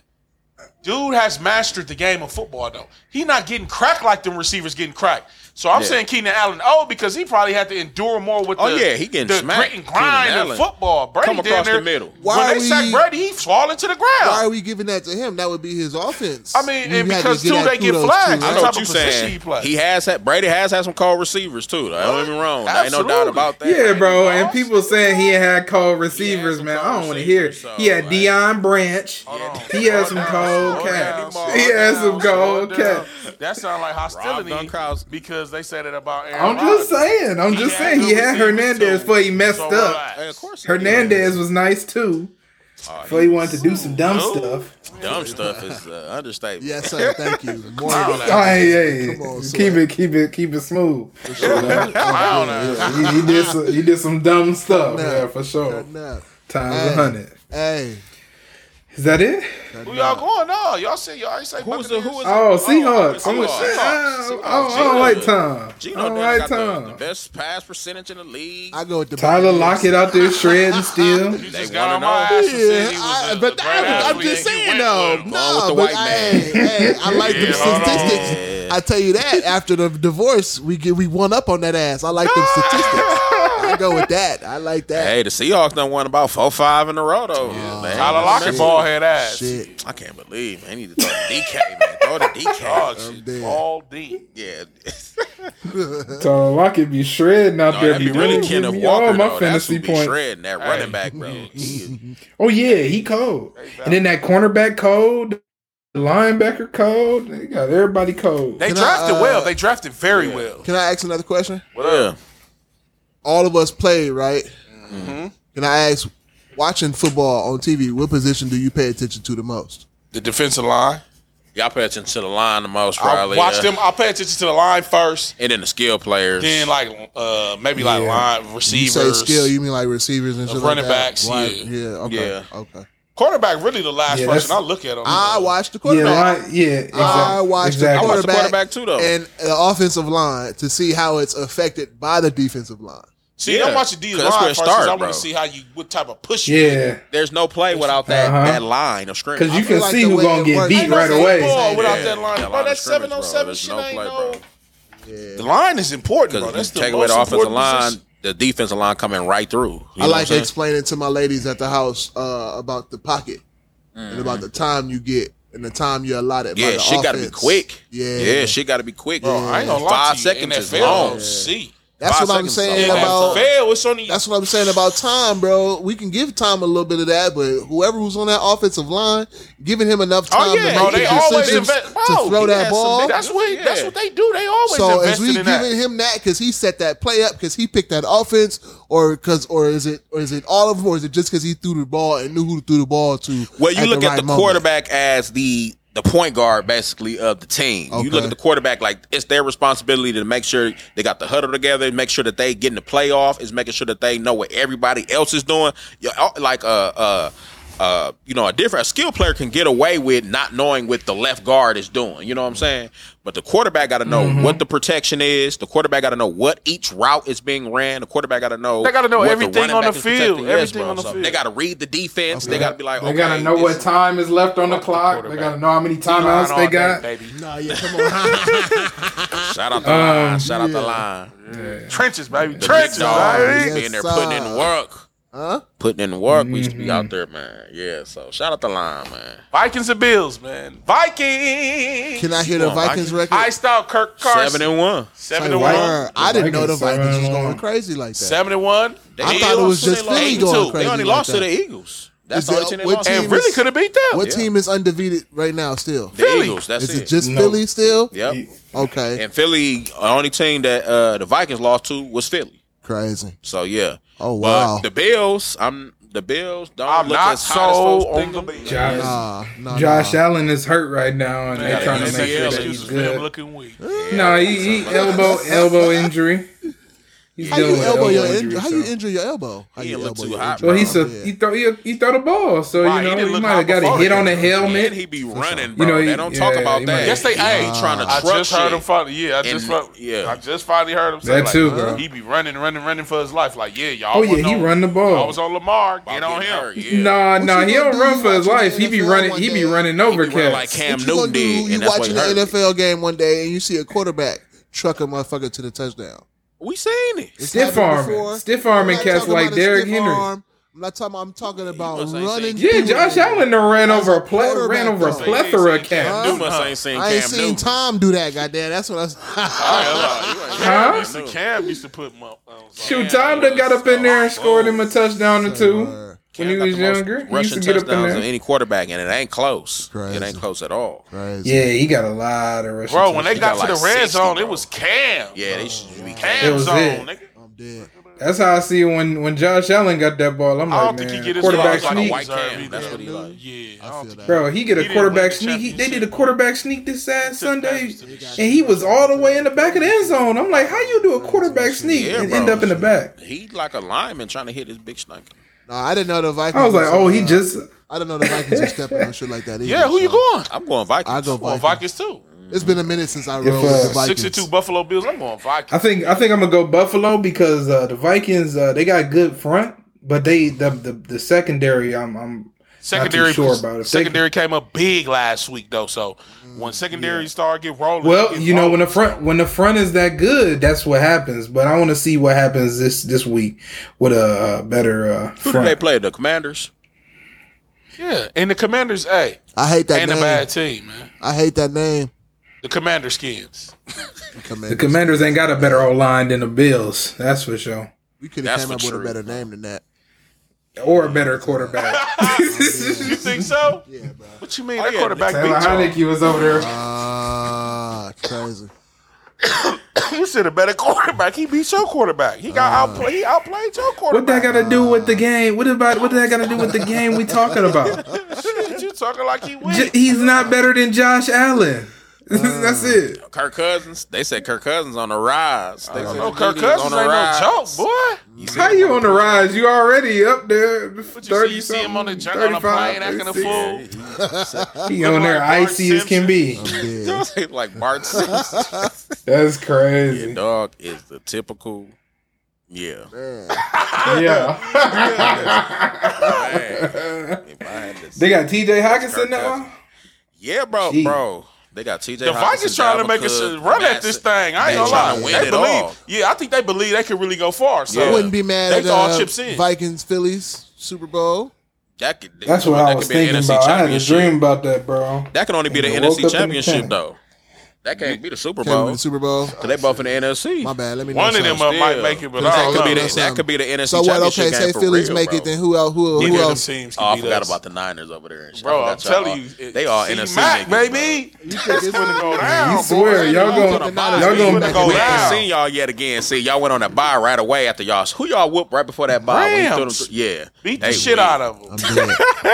Dude has mastered the game of football, though. He not getting cracked like them receivers getting cracked. So I'm
Yeah.
saying Keenan Allen, oh, because he probably had to endure more with
Oh,
the,
yeah, he getting
the
smacked.
grit and grind
Keenan
of
Allen
football. Brady
come across
damn near-
the middle.
Why
when
are
they sack
we-
Brady, he falling to the
Why are
ground.
we giving that to him? That would be his offense.
I mean,
We
and
had to
because,
give
too,
that
they get
kudos to,
flags.
I
right?
know
type
what
of
you
position
saying.
he
He,
play.
has had Brady has had some cold receivers too. Though. I don't even wrong. I ain't no doubt
Absolutely.
about that.
Yeah, bro.
He
And
lost.
people saying he had cold receivers,
some
man. I
cold
don't want to hear. it.
receivers,
he had
so, like-
Dion Branch. He had some
Slow
cold
down,
cats.
slow
He had some
down, slow
cold
down.
cats.
That sounds like
Rob
hostility
Gronkowski.
because they said it about Aaron
I'm just
Rodgers.
saying. I'm just saying. He
good
had
receivers,
Hernandez
so-
before he messed
so
up.
relax.
Hey, of course, he
Hernandez was nice too.
Oh,
Before he wanted to do some dumb stuff.
did. dumb stuff is uh, understatement.
Yes, sir. Thank you. More
Clown
than-
ass.
Oh, hey, hey.
Come on,
keep
Swag.
it, keep it, keep it smooth.
Clown ass.
he, he did some, he did some dumb stuff, yeah, for sure.
enough.
Times
Hey.
a hundred.
Hey,
Is that it?
Who y'all going? No, y'all said y'all ain't say
Who's the who is?
Oh, Seahawks.
Seahawks.
I'm a,
Seahawks.
I,
Seahawks.
I, I don't like Tom.
Gino
I don't
Daniels got
like
the, the
Tom.
best pass percentage in the league.
I go with the
Tyler
Buccaneers.
Lockett out there shredding still.
You
They
just got
wanna
on my
know.
ass and said
Yeah,
he was
I,
a- a
but
great
I'm, I'm
athlete.
just
You
saying
went
though.
with
Going
him.
with
No,
the
but
white
hey, hey, I like
Yeah,
them
hold on.
statistics. I tell you that after the divorce, we get we won up on that ass. I like them statistics. I I go with that. I like that.
Hey, the Seahawks done won about four five in a row though. man.
Tyler Lockett
Shit.
ball head ass.
Shit.
I can't believe man. He need to throw the DK, man. Throw the
Oh,
DK.
shit.
dead.
All D.
Yeah.
Tyler Lockett be shredding out
No,
there.
that'd be
He
Oh, really
give
Kenneth
me all
Walker
my
though. That's
fantasy
who be
points.
shredding that
Hey.
running back, bro. He is-
Oh yeah, he cold. And then that cornerback cold, the linebacker cold. They got everybody cold.
They
Can I,
drafted
uh,
well. They drafted very well.
Can I ask another question?
Yeah.
All of us played, right?
Mm-hmm.
Can I ask, watching football on TV, what position do you pay attention to the most?
The defensive line.
Y'all pay attention to the line the most,
I
probably.
watch
yeah.
them. I'll pay attention to the line first.
And then the skill players.
Then like uh maybe like line
You say
receivers.
skill, you mean like receivers and shit like
running
that?
backs,
Wide-
yeah.
yeah, okay,
Uh, Yeah.
okay.
quarterback really the last
Yeah,
person I
that's-
look at. On
I watched the
yeah,
quarterback.
line- yeah. Exactly.
I watched
exactly.
the
watched the quarterback
quarterback,
too, though.
and the offensive line to see how it's affected by the defensive line.
see,
Yeah,
I'm watching D
'cause
line
that's where it
first. 'cause
start,
I
bro.
want to see how you what type of push. you get.
Yeah,
There's no play without that,
Uh-huh.
that line of scrimmage.
because
I
you can
feel like
see
the
who
way
gonna
it
get
works-
beat
Ain't no
right
football
away.
Ball without
Yeah.
that line,
That
bro.
line
That
of scrimmage,
seven
bro.
on seven
There's
shit
no
ain't
play,
no.
bro.
The line is important, bro.
Because
That's the
you take away the
most
offensive
important
line,
position.
the defensive line coming right through. You
I
know
like
what I'm saying?
explaining to my ladies at the house uh, about the pocket and about the time you get and the time you're allotted. by
Mm. Yeah,
the
shit got to be
offense.
quick.
Yeah,
yeah, shit got to be quick.
Bro, I ain't gonna lie
Five
to you.
seconds
NFL,
is long.
don't See,
That's
Five
what I'm
seconds
saying
is a long
about.
time.
NFL, it's only
That's what I'm saying about time, bro. We can give time a little bit of that, but whoever was on that offensive line, giving him enough time
Oh yeah,
to
bro,
make
they
the
always
decisions
invest
to throw that ball.
That's what
Yeah.
that's what they do. They always
So is
invest
we
in
giving
that.
him that because he set that play up because he picked that offense, or because, or is it, or is it all of them, or is it just because he threw the ball and knew who to throw the ball to?
Well, you look at
right
the
moment?
quarterback as the the point guard basically of the team. You look
Okay.
at the quarterback like it's their responsibility to make sure they got the huddle together, make sure that they get in the playoff, is making sure that they know what everybody else is doing. You- uh, Like uh uh uh, you know, a different a skill player can get away with not knowing what the left guard is doing. You know what I'm saying? But the quarterback got to know
Mm-hmm.
what the protection is. The quarterback got to know what each route is being ran. The quarterback got to know.
They gotta know
what the
everything
running
on
back
the
is
field,
protecting.
everything
bro.
on the
So
field.
They got to read the defense. They got to be like,
They
okay,
gotta know
this-
what time is left on the clock. They gotta know how many timeouts they
Line all
got.
day, baby.
Nah, Oh, yeah, come on.
Shout out the
Um,
line. Shout out the line.
Trenches, baby.
The
Trenches,
big dogs
baby.
be in there
Yes,
putting in
sir. Mm-hmm.
work.
Huh?
Putting in work. We used to be out there, man. Yeah. So shout out the line, man.
Vikings and Bills, man. Vikings.
Can I hear the
Come on,
Vikings
Vikings.
record?
Iced out Kirk Carson.
Seven and one.
Seven
Like,
to one.
word. I didn't know the
Vikings seven
Vikings was
and
going
one.
crazy like that.
Seven and one. The
I thought it was
Eagles,
just
they lost
Philly
eight
going
two.
crazy
They only
like
lost
that.
to the Eagles. That's
Is
the
that-
only team they
what
lost.
team
to.
And really could have beat them.
What team is undefeated right now still?
The
Philly?
Eagles. That's
Is it
it.
just
No.
Philly still?
Yep.
Okay.
And Philly, the only team that uh, the Vikings lost to was Philly.
Crazy.
So yeah.
Oh, wow.
But the Bills, I'm the Bills don't
I'm
look
not
as hot as
sold
folks
on
think
the
them.
Bills.
Josh,
Nah, nah,
Josh
nah.
Allen is hurt right now, and they're
Yeah,
trying to
he's
make sure
out.
that
He's
he's
excuses for him
good.
looking weak.
No, he, he elbow elbow injury. He's
How you
with
elbow your
injury,
injury? How you
so-
injure your elbow? How
He
you
didn't look
elbow
too
your
hot,
injury?
Well, he's a
Yeah.
he throw he, he throw the ball, so
Right, he
you know
didn't
he,
look
might have got a
hot
hit
before
on the
the game.
helmet.
And he be running,
You
bro.
know, he-
they don't talk
yeah,
about
he
that.
might- Yes, they-
hey,
trying to
I
truck
just heard
shit.
him finally. Yeah, I just
And-
fin-
yeah.
I just finally heard him say
That
like,
too, bro.
He be running, running, running for his life. Like, yeah, y'all.
Oh yeah,
wasn't
he
on-
run the
I
ball.
was on Lamar.
About
Get on
getting
him.
hurt, yeah.
Nah,
What
nah,
you
he
gonna
don't
do
run for his
watching
life. He
the
be
NFL
running.
one
He
day?
be running
He be
over
running like
cats.
Cam
What you
Newton
gonna do?
did,
You
and that's why
watching
he
the
hurt.
NFL game one day and you see a quarterback truck a motherfucker to the touchdown.
We seen it.
It's
Stiff
happened
arming.
before.
Stiff
I'm
arming
not
cats
talking
like
about a
Derrick
stiff
Henry.
arm. I'm not talking. I'm talking about
must ain't seen-
running.
Yeah,
through
Josh
them.
Allen done ran over a ple-
quarterback,
ran over a
though.
plethora of
Cam
cats.
Newton must ain't seen
I ain't
Cam
seen
Newton.
Tom do that. Goddamn, that's what I. Was,
Cam
Huh?
used to, Cam used to put my. on
Shoot, Tom done got up in there and scored him a touchdown or two
Word.
when he was younger. He used to
rushing
get up in
touchdowns of
there.
any quarterback, and it ain't close.
Crazy.
It ain't close at all.
Crazy.
Yeah, he got a lot of rushing.
Bro, when they
He
got,
got
to
like
the red
60,
zone,
bro.
it was Cam.
Yeah, they should be Cam.
It
Cam
was
zone,
it.
nigga.
I'm dead.
That's how I see it when when Josh Allen got that ball. I'm
I
like,
don't think he
man,
get his love
quarterback
like a
sneak.
white
Cam,
Cam.
that's what he like.
Yeah,
I
I
feel that.
Bro, he get a
He didn't
quarterback
win the
sneak. He, they did a quarterback sneak this last Sunday,
championship.
and he was all the way in the back of the end zone. I'm like, how you do a quarterback sneak
Yeah,
and
bro.
end up in the back?
He like a lineman trying to hit his big snake.
No, I didn't know the Vikings.
I was like,
uh,
oh, he just
I didn't know the Vikings were stepping on shit like that. Either,
yeah. Who you
so
going?
I'm going Vikings.
I go
Well,
Vikings.
Vikings too.
It's been a minute since I rode with
If, uh,
the Vikings.
Sixty-two Buffalo Bills. I'm going Vikings.
I think I think I'm gonna go Buffalo because uh, the Vikings uh, they got good front, but they the the, the secondary I'm I'm
Secondary,
sure about it. Mm,
secondary came up big last week though. So when secondary started get rolling,
Well,
get
you know
rolling.
when the front when the front is that good, that's what happens. But I want to see what happens this this week with a uh, better uh,
Who do they
front.
play? The Commanders.
yeah, and the Commanders, hey,
I hate that
ain't a
name.
bad team, man.
I hate that name.
The Commander skins.
The
Commanders.
Commanders ain't got a better O line than the Bills. That's for sure.
we could have
That's
came up
for
with a
true.
better name than that.
Or a better quarterback.
Oh, you think so?
Yeah, bro.
What you mean?
Oh,
that
yeah,
quarterback
Taylor
beat
Heineke was over there.
Ah, crazy.
you. You said a better quarterback. He beat your quarterback. He got
Uh,
outplayed. He outplayed your
What that
quarterback.
got to do with the game? What about what that got to do with the game we talking about?
Shit, you talking like he
J-
win?
he's not better than Josh Allen. That's it.
Kirk Cousins. They said Kirk Cousins on the rise. They said
Oh,
the
Kirk
media is
Cousins ain't no joke, boy.
He said-
How you on the rise? You already up there?
But Mm. you see, you see him on the journal on the
35,
plane acting a
36.
fool.
He on there
Like Bart
icy as can be.
Yeah.
like Bart Simpson.
That's
Your
crazy.
dog is the typical. Yeah.
Yeah.
Man. If I had to
They
say-
got TJ Hawkinson
Kirk
now?
yeah, bro,
Gee.
bro. They got TJ.
The Vikings trying to make us run at this thing. I ain't gonna lie.
Win
They
it
believe.
all.
Yeah, I think they believe they could really go far. So
Yeah.
I wouldn't be mad
They
at
all
uh,
chips in.
Vikings, Phillies, Super Bowl.
That could,
That's what
that
I
could
was
be an
thinking
NFC
about. I had a
championship.
dream about that, bro.
That can only be the
And I
NFC
woke up in the
championship
tent.
though. That can't be the Super
Can't win
Bowl.
the Super Bowl.
Cause they both in the NFC.
My bad. Let me know.
one of them
something.
uh, might
Still.
make it, but
That
I
That
don't
could be
know.
the that could be the NFC
So what?
championship
Okay,
game
say
for
Phillies
real,
make
bro.
it. Then who else? Who, who
Neither of them
else?
teams
Oh, I
can beat
forgot
us.
about the Niners over there. And shit.
Bro,
I
I'm
forgot y'all.
telling you, it-
they all
see,
NFC
Mac,
niggas,
baby.
You think
That's
it's-
gonna go down.
You swear,
boy.
y'all
It's
gonna-
bye.
y'all
It's
gonna-
gonna go
We ain't
down.
seen y'all yet again. See, y'all went on that bye right away after y'all. Who y'all whooped right before that bye? When you threw them
Rams.
th- yeah,
Beat
They
the shit
weak.
out of them.
Yeah.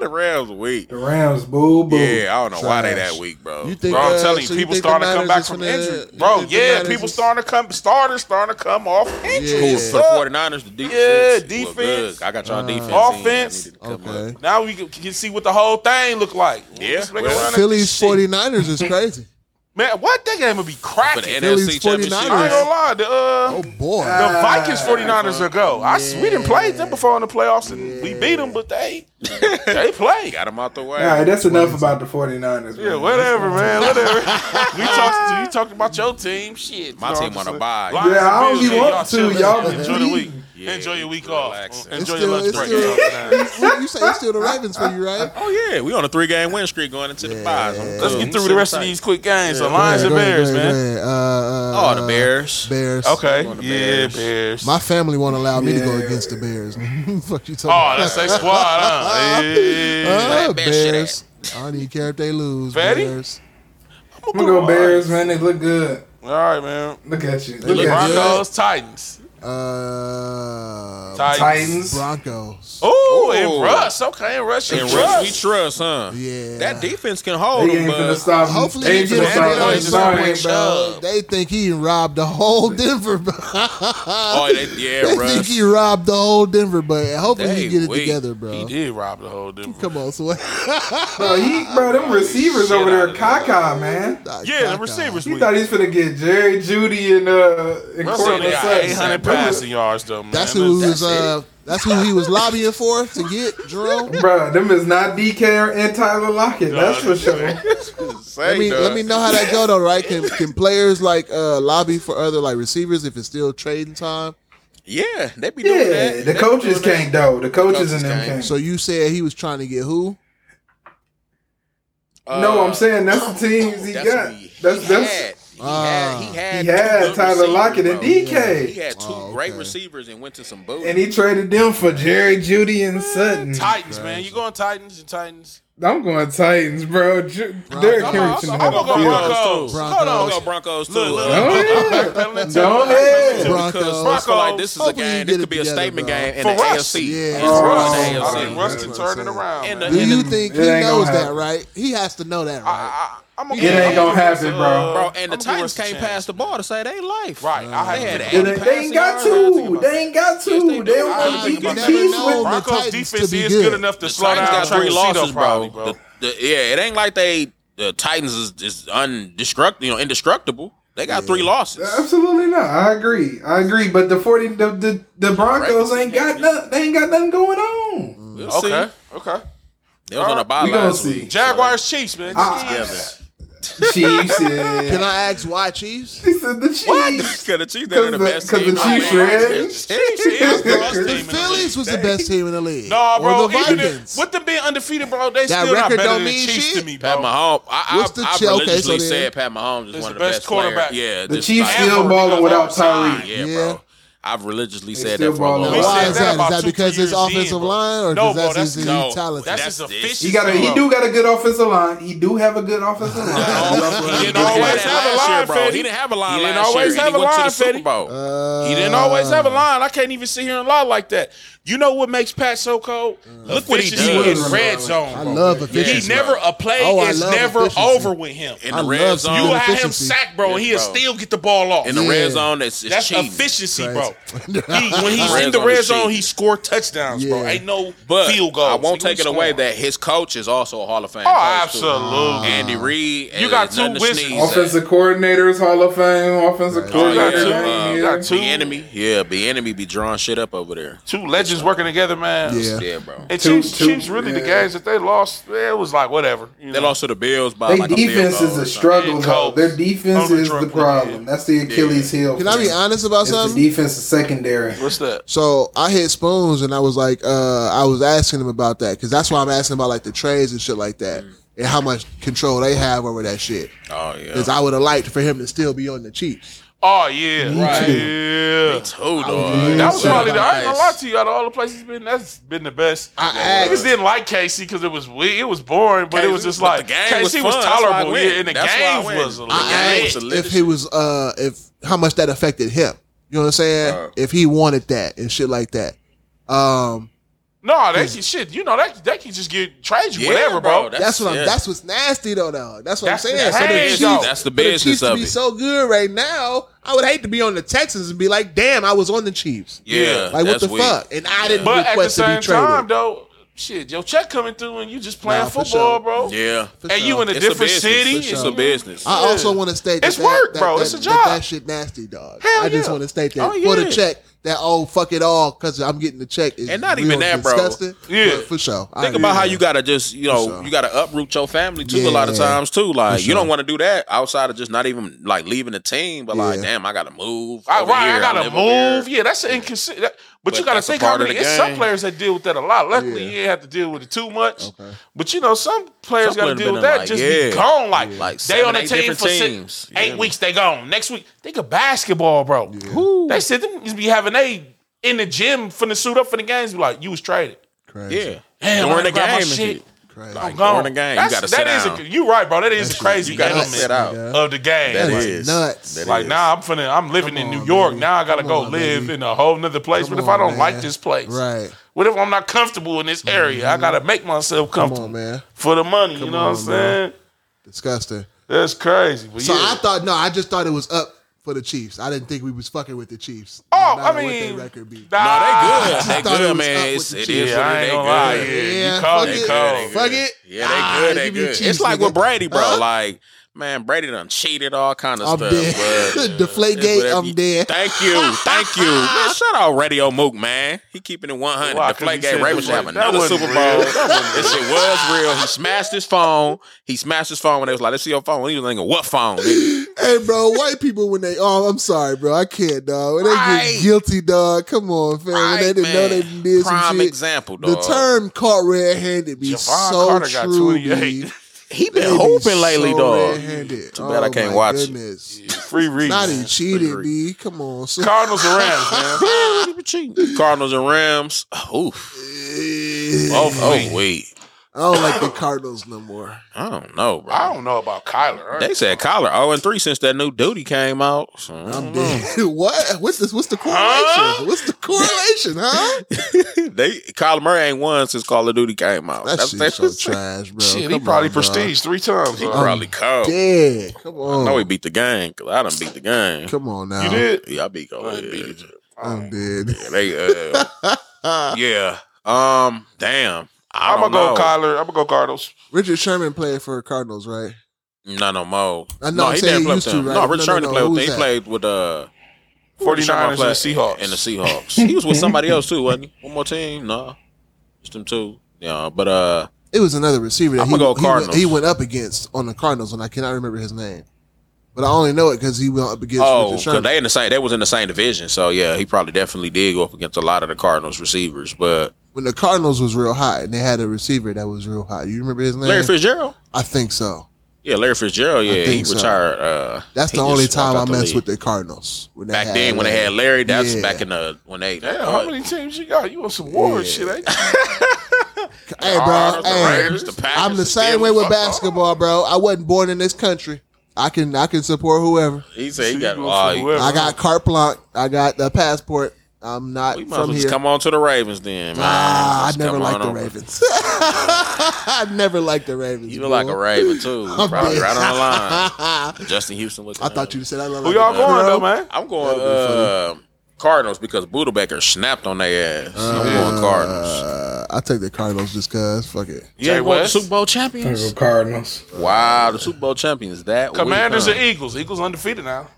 the Rams weak.
The Rams, boo, boo.
Yeah, I don't know why they
Trash.
that weak, bro.
You think?
Bro, I'm
uh,
telling you,
so
people
think the
starting to come
Niners
back
is
from
finna- uh,
injury.
you
Bro,
think the
yeah,
Niners
people
is-
starting to come, starters starting to come off injury.
Yeah.
For the 49ers, the defense.
Yeah,
looked
defense.
good. I got y'all defense.
offense.
in. I needed to come
Okay.
up.
Now we can, can see what the whole thing look like.
Yeah,
This nigga
well,
running
Phillies
shit.
49ers is crazy.
Man, what that game would be
For the
cracking? I ain't
Phillies
NFC championship.
49ers.
gonna lie. The, uh,
Oh boy.
the Vikings 49ers will go. I s we didn't play them before in the playoffs and we beat them, but they they play.
Got them out the way.
All right, that's enough about the 49ers.
Yeah,
man.
whatever, man, whatever. we talked. You talked about your team. Shit,
My
you know,
team on a
just-
bye.
Lions
Yeah, I don't
and Bills,
give
yeah, y'all
up to
chilling.
y'all.
Enjoy the week.
Yeah,
Enjoy your week
relax.
off.
It's
Enjoy
still-
your lunch
it's
break.
still-
Let's
you say it's still the Ravens for you, right?
Oh yeah, we on a three game win streak going into the buys. Let's
get through the rest of these quick games. The Lions
Go
and
ahead,
Bears,
go ahead,
man.
go ahead. Uh, uh,
Oh, the Bears.
Bears.
Okay.
the
Yeah,
Bears.
Bears.
My family won't allow me to go
Yeah.
against the Bears. Fuck you talking
Oh,
about?
that's their squad. Huh? Yeah.
Uh,
Bear shit
Bears. I don't even care if they lose.
Betty?
Bears.
I'm gonna go Bears, man. They look good.
All right, man.
Look at you.
look
Look at you.
Broncos, Titans.
Uh,
Titans.
Titans.
Broncos.
Oh, and
Ooh.
Russ. Okay, Russ.
And
And
Russ, we
Russ.
trust, huh?
Yeah.
That defense can hold
They
them,
ain't finna
but
stop. 'em.
Hopefully
they
they
ain't
get
finna
a
stop. 'em.
Andy
Just stop 'em.
Dalton, bro.
Chubb.
They think he robbed the whole Denver. bro.
oh, they, yeah,
They
Russ.
think he robbed the whole Denver, but hopefully
They
he get it
weak.
together, bro.
He did rob the whole Denver.
Come on, so
Bro, he, bro, them receivers over there,
out of there.
caca, man.
Yeah, the receivers.
He
weak.
thought he was finna get Jerry, Judy, and uh, and
Russ only
Cortland
got
Sutton.
800 passing yards though, man.
That's who he
that's
was. Uh, that's who he was lobbying for to get Jerome.
Bro, them is not DK and Tyler Lockett. That's for sure.
Let me let me know how that go though, right? Can can players like uh, lobby for other like receivers if it's still trading time?
Yeah, they be doing that.
Yeah,
They
the
be
coaches
doing that.
can't though. The coaches
coaches
and them
can't.
can't.
So you said he was trying to get who?
no, I'm saying that's the teams he
Uh, oh, That's
got.
what he,
That's
he
that's.
had. He had.
Ah.
He had,
He
two
had
good
Tyler
receivers,
Lockett and
bro. He
DK,
had two
Oh,
great
okay.
receivers and went to some booty.
and he traded them for Jerry, Judy, and Sutton.
Titans, man. You going Titans and Titans?
I'm going Titans, bro. Ju- Derrick
I'm-
Henry should
I'm
have
gonna go
a
Broncos.
field.
Broncos.
Hold
I'll
on.
go Broncos too.
Look,
uh,
look.
Oh yeah.
Backpedaling to-
Go ahead.
because
Broncos.
I feel like this is a
Hopefully you
game.
get
This
it
could be a
together,
statement
bro.
game in
For
the
Russ.
AFC.
Yeah.
It's
Oh,
Russ
I
in the
Russ.
think
AFC.
Russ can turn it around.
And
man.
the-
Do you think he
It ain't gonna
knows that,
happen.
right? He has to know that,
I-
right?
I- I'm gonna
It
give-
ain't gonna
I'm gonna
happen,
give us,
bro.
uh,
Bro,
I'm
and the
gonna give
Titans
us a
can't
chance.
pass the ball to say they life.
Right, I
They had
had eight.
eight.
They ain't got to. They ain't got to.
Yes, they do.
They don't
I
want to
think
beat the
about that.
Chiefs
Never
with.
know.
Broncos
Titans
defense
to be
is
good.
good enough to
The
slow down
Titans got three
Trey
losses,
Losses,
bro.
probably,
The,
bro.
the, yeah, it ain't like they the Titans is, is undestruct, you know, indestructible. They got three losses.
Absolutely not. I agree. I agree. But the forty, the the, the Broncos ain't got nothing. They ain't got nothing going on.
We'll
Okay,
see.
Okay.
They was on a bye
We gonna
last
see.
week.
Jaguars, Chiefs, man.
Ah.
Chiefs.
Chiefs.
Can
Yeah.
I ask why Chiefs?
He said the Chiefs.
Because the Chiefs they're the
'Cause the-
best
'cause
team.
the
in
Chiefs
league.
red.
The Chiefs is the best
The
team in the
Phillies
league.
was the best team in the league.
No, bro.
Or the
even if-
Vikings.
with them being undefeated, bro, they
That
still not
record
better
don't
than
mean
Chiefs
shit.
to me, bro.
Pat Mahomes. I,
What's
I,
the
I
chill- okay,
religiously
so then-
said Pat Mahomes is
Is
one of
the
the
best
best, players.
quarterback.
Yeah,
The
just
Chiefs
like-
still balling without
Time,
Tyreek.
Yeah,
Yeah.
bro. I've religiously
They
said
still
that for a long
balling.
time.
We
Why
said
is that? Is
about
that
two,
because
three
his
years in,
offensive
bro.
line, or
No,
because
bro,
that's,
that's-
his
no,
his talent?
That's
That's
his
this.
efficiency.
He got a, he
bro.
do got a good offensive line. He do have a good offensive line.
He
He
didn't
didn't
always have a
last
line,
year, bro.
Fetty.
He didn't have a line
He didn't
last year.
always
and
have
he
a
went to
line,
the Super
Fetty.
Bowl.
Uh,
He didn't always have a line. I can't even sit here and lie like that. You know what makes Pat so cold? Look what he
does.
did in red zone.
I
bro.
love
He
efficiency.
never a play
Oh, I
is
love
never
efficiency.
over with him.
in
I
the
love
red zone.
seeing
You had him
efficiency.
sacked, bro, and he'll
Um, bro.
still get the ball off.
in the
Yeah.
red zone. That's it's
That's
cheating.
efficiency, bro.
Crazy.
He- when he's
Red
in the
zone
red
is
zone,
cheating.
he scored touchdowns, bro.
Yeah.
Ain't no
But
field goals.
I won't
He
take it
was
away
scoring.
that his coach is also a Hall of Fame.
Oh,
coach, too.
absolutely.
Andy Reid. eh,
You got two wizards.
Offensive coordinators, Hall of Fame. Offensive
Oh, yeah,
coordinator.
two,
man,
uh,
yeah.
got two.
The enemy. Yeah, the enemy be drawing shit up over there.
Two legends working together, man.
Yeah.
Yeah, bro.
And
Two-
Chiefs,
two,
Chiefs really the
yeah.
games that they lost, it was like whatever. you
They
know.
lost to the Bills by
They
like a field goal
defense is
or
a
something.
struggle though.
Colts.
Their defense
Under
is the
Trump,
problem.
yeah.
That's the Achilles heel.
Can I
for
be
them.
honest about
It's the
something?
defense is secondary.
What's that?
So I hit spoons and I was like, uh, I was asking him about that because that's why I'm asking about like the trades and shit like that
Mm.
and how much control they have over that shit.
Oh yeah.
Because I would have liked for him to still be on the Chiefs.
Oh yeah, right. Yeah.
Two dog.
That was
Yeah.
probably the, I ain't gonna lie to you. Out of all the places he's been, that's been the best.
I
Niggas
asked-
didn't like KC because it was weird. It was boring, but it was just
But
like
the game was
KC was,
fun. That's why I
tolerable.
went.
Yeah, and the
That's why I
game
went.
was a
The
little
game
I
was
asked
a lit-
if he was, uh, if how much that affected him. You know what I'm saying?
Uh.
if he wanted that and shit like that. Um,
No, they can shit. You know that they can just get trade you
Yeah,
whatever, bro.
bro.
that's what I'm.
Yeah.
That's what's nasty though. Though that's what
That's
I'm
the
saying. So the
hang,
Chiefs-
though.
That's the
for
business
Chiefs to
of
be
it.
so good right now. I would hate to be on the Texans and be like, damn, I was on the Chiefs.
Yeah,
Like what
that's
the
weak.
fuck? And I didn't
But at the
request to
same
be traded.
time, though, shit, your check coming through and you just playing
Nah, for
football,
sure.
bro.
Yeah.
And you in a
It's a
different
business,
city.
for sure.
It's
It's a business.
I also want to state that
It's
that,
work,
that-
bro.
that-
It's a
that-
job.
That shit nasty, dog.
Hell
I just
yeah.
want to state that
Oh,
for the
yeah.
check. That oh fuck it all because I'm getting the check is
And not
real
even that, bro.
disgusting,
Yeah.
but for sure. I
Think
agree.
about how you gotta just you know
sure.
you gotta uproot your family too a lot of
Yeah,
times too. Like
sure.
you don't want to do that outside of just not even like leaving the team, but like
Yeah.
damn, I gotta move.
I,
over
right,
here,
I gotta
live over
move.
here.
Yeah, that's inconsistent. That, but,
But
you gotta
that's a
think how
part of
many.
the
It's some
game.
players that deal with that a lot. Luckily,
Yeah.
you ain't have to deal with it too much. But you know, some players
Some
gotta
players
deal
been
with
in,
that.
like,
just
yeah.
be gone. Like,
Like
they on
seven,
the
eight
team
different
for six,
teams.
eight
Yeah.
weeks. They gone. Next week, they could basketball, bro. They said them just be having a in the gym finna suit up for the games. Be like, you was traded.
Crazy.
Yeah,
Damn, I
during the
didn't grab
game,
my
and
shit.
shit.
Crazy.
Like,
Gone.
during the game,
That's-
you gotta sit
that is a-
down.
you right, bro. That is a crazy
You gotta
nuts,
sit
element
out.
nigga.
of the game.
That
That
is
is nuts.
That
Like
is.
now I'm finna I'm living in New
on,
York.
baby.
Now I gotta
Come
go
on,
live
baby.
in a whole nother place.
Come
what if I
on,
don't
man.
like this place?
Right.
What if I'm not comfortable in this area? I gotta make myself
Come
comfortable
on, man.
for the money. you know
on,
what I'm saying?
Disgusting.
That's crazy. But
So
yeah.
I thought no, I just thought it was up for the Chiefs. I didn't think we was fucking with the Chiefs. no
oh,
matter
I
what their
mean,
record be.
No,
nah,
I
they good. They
thought it was
good,
up
man.
with
It's,
the
it
Chiefs.
is
Ah. Yeah,
what
I
it
ain't
is.
gonna
They good.
Yeah,
lie. Yeah, you called
fuck
it.
it.
Called.
Fuck it.
Yeah, they good.
Ah,
They
give me
good.
Chiefs,
It's like with
nigga.
Brady, bro.
Huh?
Like man, Brady done cheated all kind of
I'm
stuff.
dead.
but-
Deflate gate,
Whatever
I'm
you-
dead.
Thank you, thank you. Man, shut out Radio Mook, man. He keeping it 100.
Why?
the
'Cause he
Flake
said
game. Ray
the
was
Flake-
having
that
another
wasn't
Super Bowl.
real.
This shit was real. He smashed his phone. He smashed his phone when they was like, "Let's see your phone." He was thinking, "What phone?" nigga?"
Hey, bro, white people when they oh, I'm sorry, bro, I can't, dog. When they
Right.
get guilty, dog, come on, fam. when they
Right,
didn't know
man.
they done did some
Prime
shit.
example,
The
dog.
term caught red-handed be
Javon
so
Carter got
true.
28.
B.
He
They
been
be
hooping lately,
so
dog.
Red-handed.
Too bad I
Oh,
can't
my
watch it.
Goodness.
Free reason.
Not he cheated,
Agreed.
B. Come on, son.
Cardinals and Rams, man.
Cardinals and Rams. Oof. Oh, oh wait.
I don't like the Cardinals no more.
I don't know, bro.
I don't know about Kyler.
Oh,
They said Collar 0 and 3 since that new duty came out. So, I
I'm
don't
dead. what? What's this? What's the correlation?
Huh?
What's the correlation, huh?
know. they Kyler Murray ain't won since Call of Duty came out.
That
That's
shit's so
that's
trash, bro.
Shit, he
Come
probably
on, dog.
prestige three times. huh?
probably
Oh,
cold.
Dead. Come
I
on.
know he beat the game because I done beat the game.
Come on now.
You did?
Yeah, I beat Call
I
of
beat it.
Duty. Oh,
I'm dead.
They, uh, yeah. Um. Damn. I
I'm
don't
gonna go
know.
Kyler. I'm gonna go Cardinals.
Richard Sherman played for Cardinals, right?
Not no more.
I know,
no,
I'm
he didn't
saying he
play with
used to,
them.
right?
No,
No, no,
Richard Sherman
no,
played with
who's
them. He
that?
played with uh,
49ers and the
Sherman
Seahawks.
played- And the Seahawks. He was with somebody else too, wasn't he? One more team? No. Just them two. You know, but uh,
It was another receiver that
I'ma
he,
go
he, went,
Cardinals.
he went up against on the Cardinals, and I cannot remember his name. But I only know it because he went up against
oh,
Richard
'cause
Sherman.
they in the same. They was in the same division, so yeah, he probably definitely did go up against a lot of the Cardinals receivers. But
when the Cardinals was real hot, and they had a receiver that was real hot. You remember his name?
Larry Fitzgerald,
I think so.
yeah, Larry Fitzgerald, yeah, he
think so.
retired. Uh,
That's
he
the
just
only
walked
time I
out the
messed
league.
with the Cardinals. When they uh,
Back then, when they had Larry, that's
Yeah.
back in the when they. uh,
Damn, how many teams you got? You on some war
Yeah.
shit, ain't
Hey, bro.
Cardinals, the
Hey,
Raiders, the Packers,
I'm the
the
same
Steelers.
way with basketball, bro. I wasn't born in this country. I can I can support whoever.
He said he
you
got.
go for
Oh, he-
whoever.
I got carte blanche. I got the passport. I'm not
we might as
from
well
here.
just come on to the Ravens then. Man.
ah, I
Just
never
come on
liked the
over.
Ravens. I never liked the Ravens.
You look like
boy.
a Raven too.
I'm
Probably
dead.
right on the line. Justin Houston looking.
I
at
thought
him.
you said I love.
Who y'all going though, man?
I'm going uh, Cardinals because Budabaker snapped on their ass. I'm going Cardinals.
Uh, I take the Cardinals just cause. Fuck it.
You
Jay
ain't want the
West?
Super Bowl
I
champions?
go Cardinals.
Wow, the Super Bowl champions. That week,
Commanders
huh?
and Eagles. Eagles undefeated now.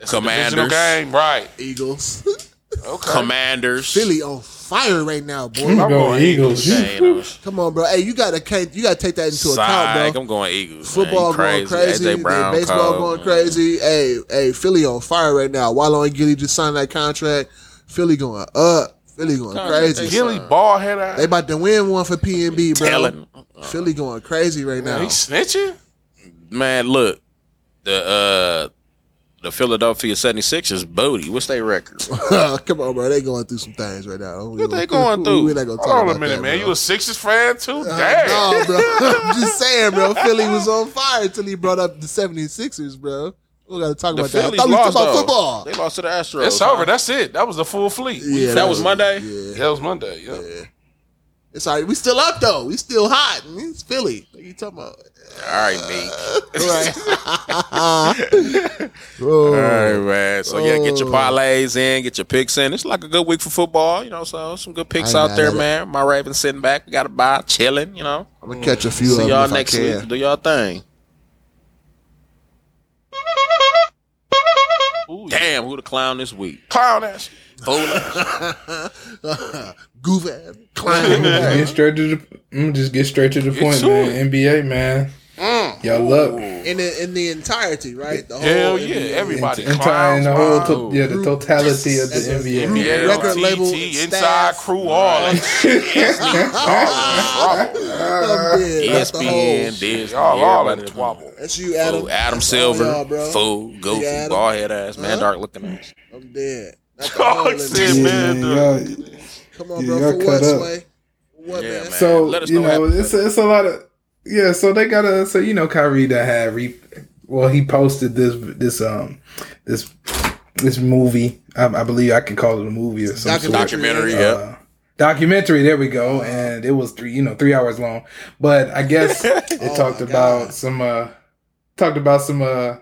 Divisional
Commanders.
game, right?
Eagles.
Okay.
Commanders.
Philly on fire right now, boy.
I'm going Eagles.
Dang, you know,
Come on, bro. Hey, you gotta can't, you gotta take that into account,
Psych,
bro.
I'm going Eagles. man.
Football
You crazy.
going crazy,
AJ Brown,
baseball
cold,
going
man.
crazy. Hey, hey, Philly on fire right now. Wallow and Gilly just signed that contract. Philly going up. Philly going crazy.
Gilly ball head out.
They about to win one for PNB, bro.
Telling.
Philly going crazy right now.
He snitching.
Man, look. The uh the Philadelphia 76ers booty. What's their record?
Come on, bro. They going through some things right now. What
they going through?
We're not gonna talk
Hold on
about
a minute,
that,
man.
bro. Uh,
You a Sixers fan too? Damn.
No, bro. I'm just saying, bro. Philly was on fire until he brought up the 76ers, bro. We gotta talk
The
about that. I
Phillies
thought we was
lost
talking about
though.
football.
They lost to the Astros.
It's over. That's it. That was the full fleet.
Yeah,
that was Monday?
Yeah.
That was Monday. Yeah.
It's all right. We still up though. We still hot. And It's Philly. What you talking about?
All right, B.
Oh,
All right, man. So yeah, get your
Oh.
parlays in, get your picks in. It's like a good week for football, you know. So some good picks
I ain't
out
mad
there,
at it.
man. My Ravens sitting back, we got to buy, chilling, you know.
I'm gonna catch a few
See
of
y'all
them if
next
I can.
week. Do y'all thing. Damn, who the clown this week?
Clown ass.
Goof ass clown.
Just Get straight to the. I'm just get straight to the point,
to
man. NBA, man.
Mm.
Y'all up.
in the in the entirety, right? The
Hell
whole
yeah.
NBA.
Everybody.
And trying
Clowns.
the whole,
Wow.
to, yeah, the totality of the
That's a-
NBA.
Yeah,
Record
TT,
label
inside
staff.
crew, all that shit.
Oh,
E
yeah, that's the
ESPN,
whole-
Disney,
Y'all all
everybody
in this
doing
wobble.
That's you,
it.
Adam.
Fool, Adam
That's all
Silver,
y'all, bro.
fool, goofy,
Adam.
bald head ass, man, dark looking ass.
I'm dead. That's the whole
Dog said,
NBA.
man, the-
y'all-
Come on,
Yeah,
bro.
y'all
For
cut
what,
up.
Sway? What,
Yeah,
man?
man.
So
Let us
you
know
know,
after
it's a, it's a lot of yeah. So they gotta so you know Kyrie that had re well he posted this this um this this movie I, I believe I can call it a movie or some sort.
Documentary, yeah.
Uh, documentary. There we go, and it was three you know three hours long, but I guess it talked
Oh my
about
God.
some uh talked about some uh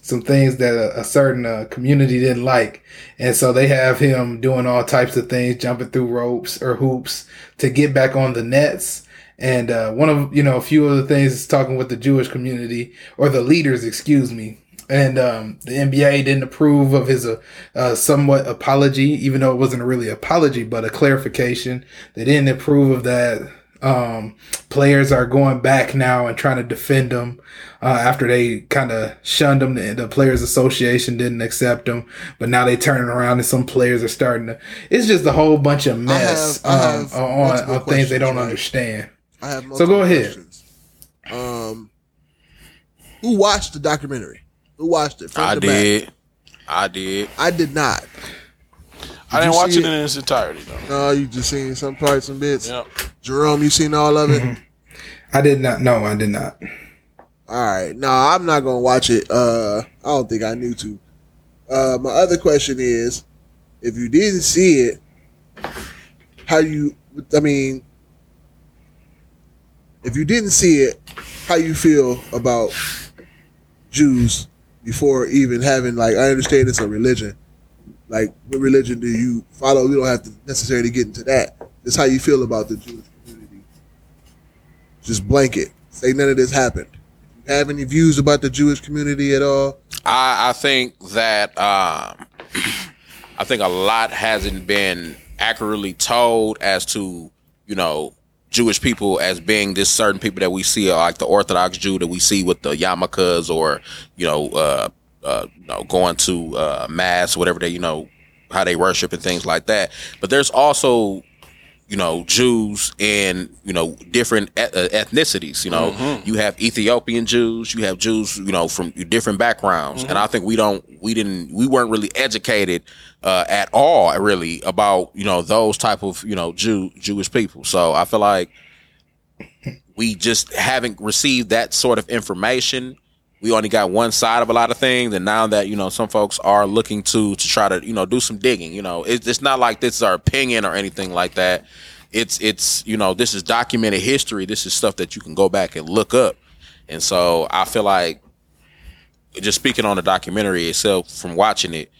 some things that a, a certain uh, community didn't like. And so they have him doing all types of things, jumping through ropes or hoops to get back on the nets. And uh, one of, you know, a few of the things is talking with the Jewish community or the leaders, excuse me. And um, the NBA didn't approve of his uh, uh, somewhat apology, even though it wasn't really an apology, but a clarification. They didn't approve of that. Um, players are going back now and trying to defend them uh, after they kind of shunned them. The, the Players Association didn't accept them, but now they turning around and some players are starting to. It's just a whole bunch of mess
I have
um, on,
multiple
on things
questions,
they don't
right?
understand.
I have
So go
multiple
ahead.
questions. Um, who watched the documentary? Who watched it? Front
I
to
did, I did.
Back? I did not.
I didn't
you
watch
see
it
it?
in its entirety, though.
No, Uh, you just seen some parts and bits.
Yep.
Jerome, you seen all of it?
I did not. No, I did not.
All right. No, I'm not gonna watch it. Uh, I don't think I need to. Uh, my other question is, if you didn't see it, how you? I mean, if you didn't see it, how you feel about Jews before even having like? I understand it's a religion. Like, what religion do you follow? We don't have to necessarily get into that. It's how you feel about the Jewish community. Just blanket. Say none of this happened have any views about the Jewish community at all?
I, I think that um, I think a lot hasn't been accurately told as to you know Jewish people as being this certain people that we see, uh, like the Orthodox Jew that we see with the yarmulkes or you know, uh, uh, you know, going to uh, mass, whatever they you know how they worship and things like that. But there's also you know Jews and you know different et- uh, ethnicities. You know, you have Ethiopian Jews, you have Jews, you know, from different backgrounds, and I think we don't, we didn't, we weren't really educated uh, at all, really, about you know those type of you know Jew Jewish people. So I feel like we just haven't received that sort of information. We only got one side of a lot of things, and now that you know some folks are looking to to try to you know do some digging. You know, it's, it's not like this is our opinion or anything like that. It's it's you know this is documented history. This is stuff that you can go back and look up, and so I feel like just speaking on the documentary itself from watching it,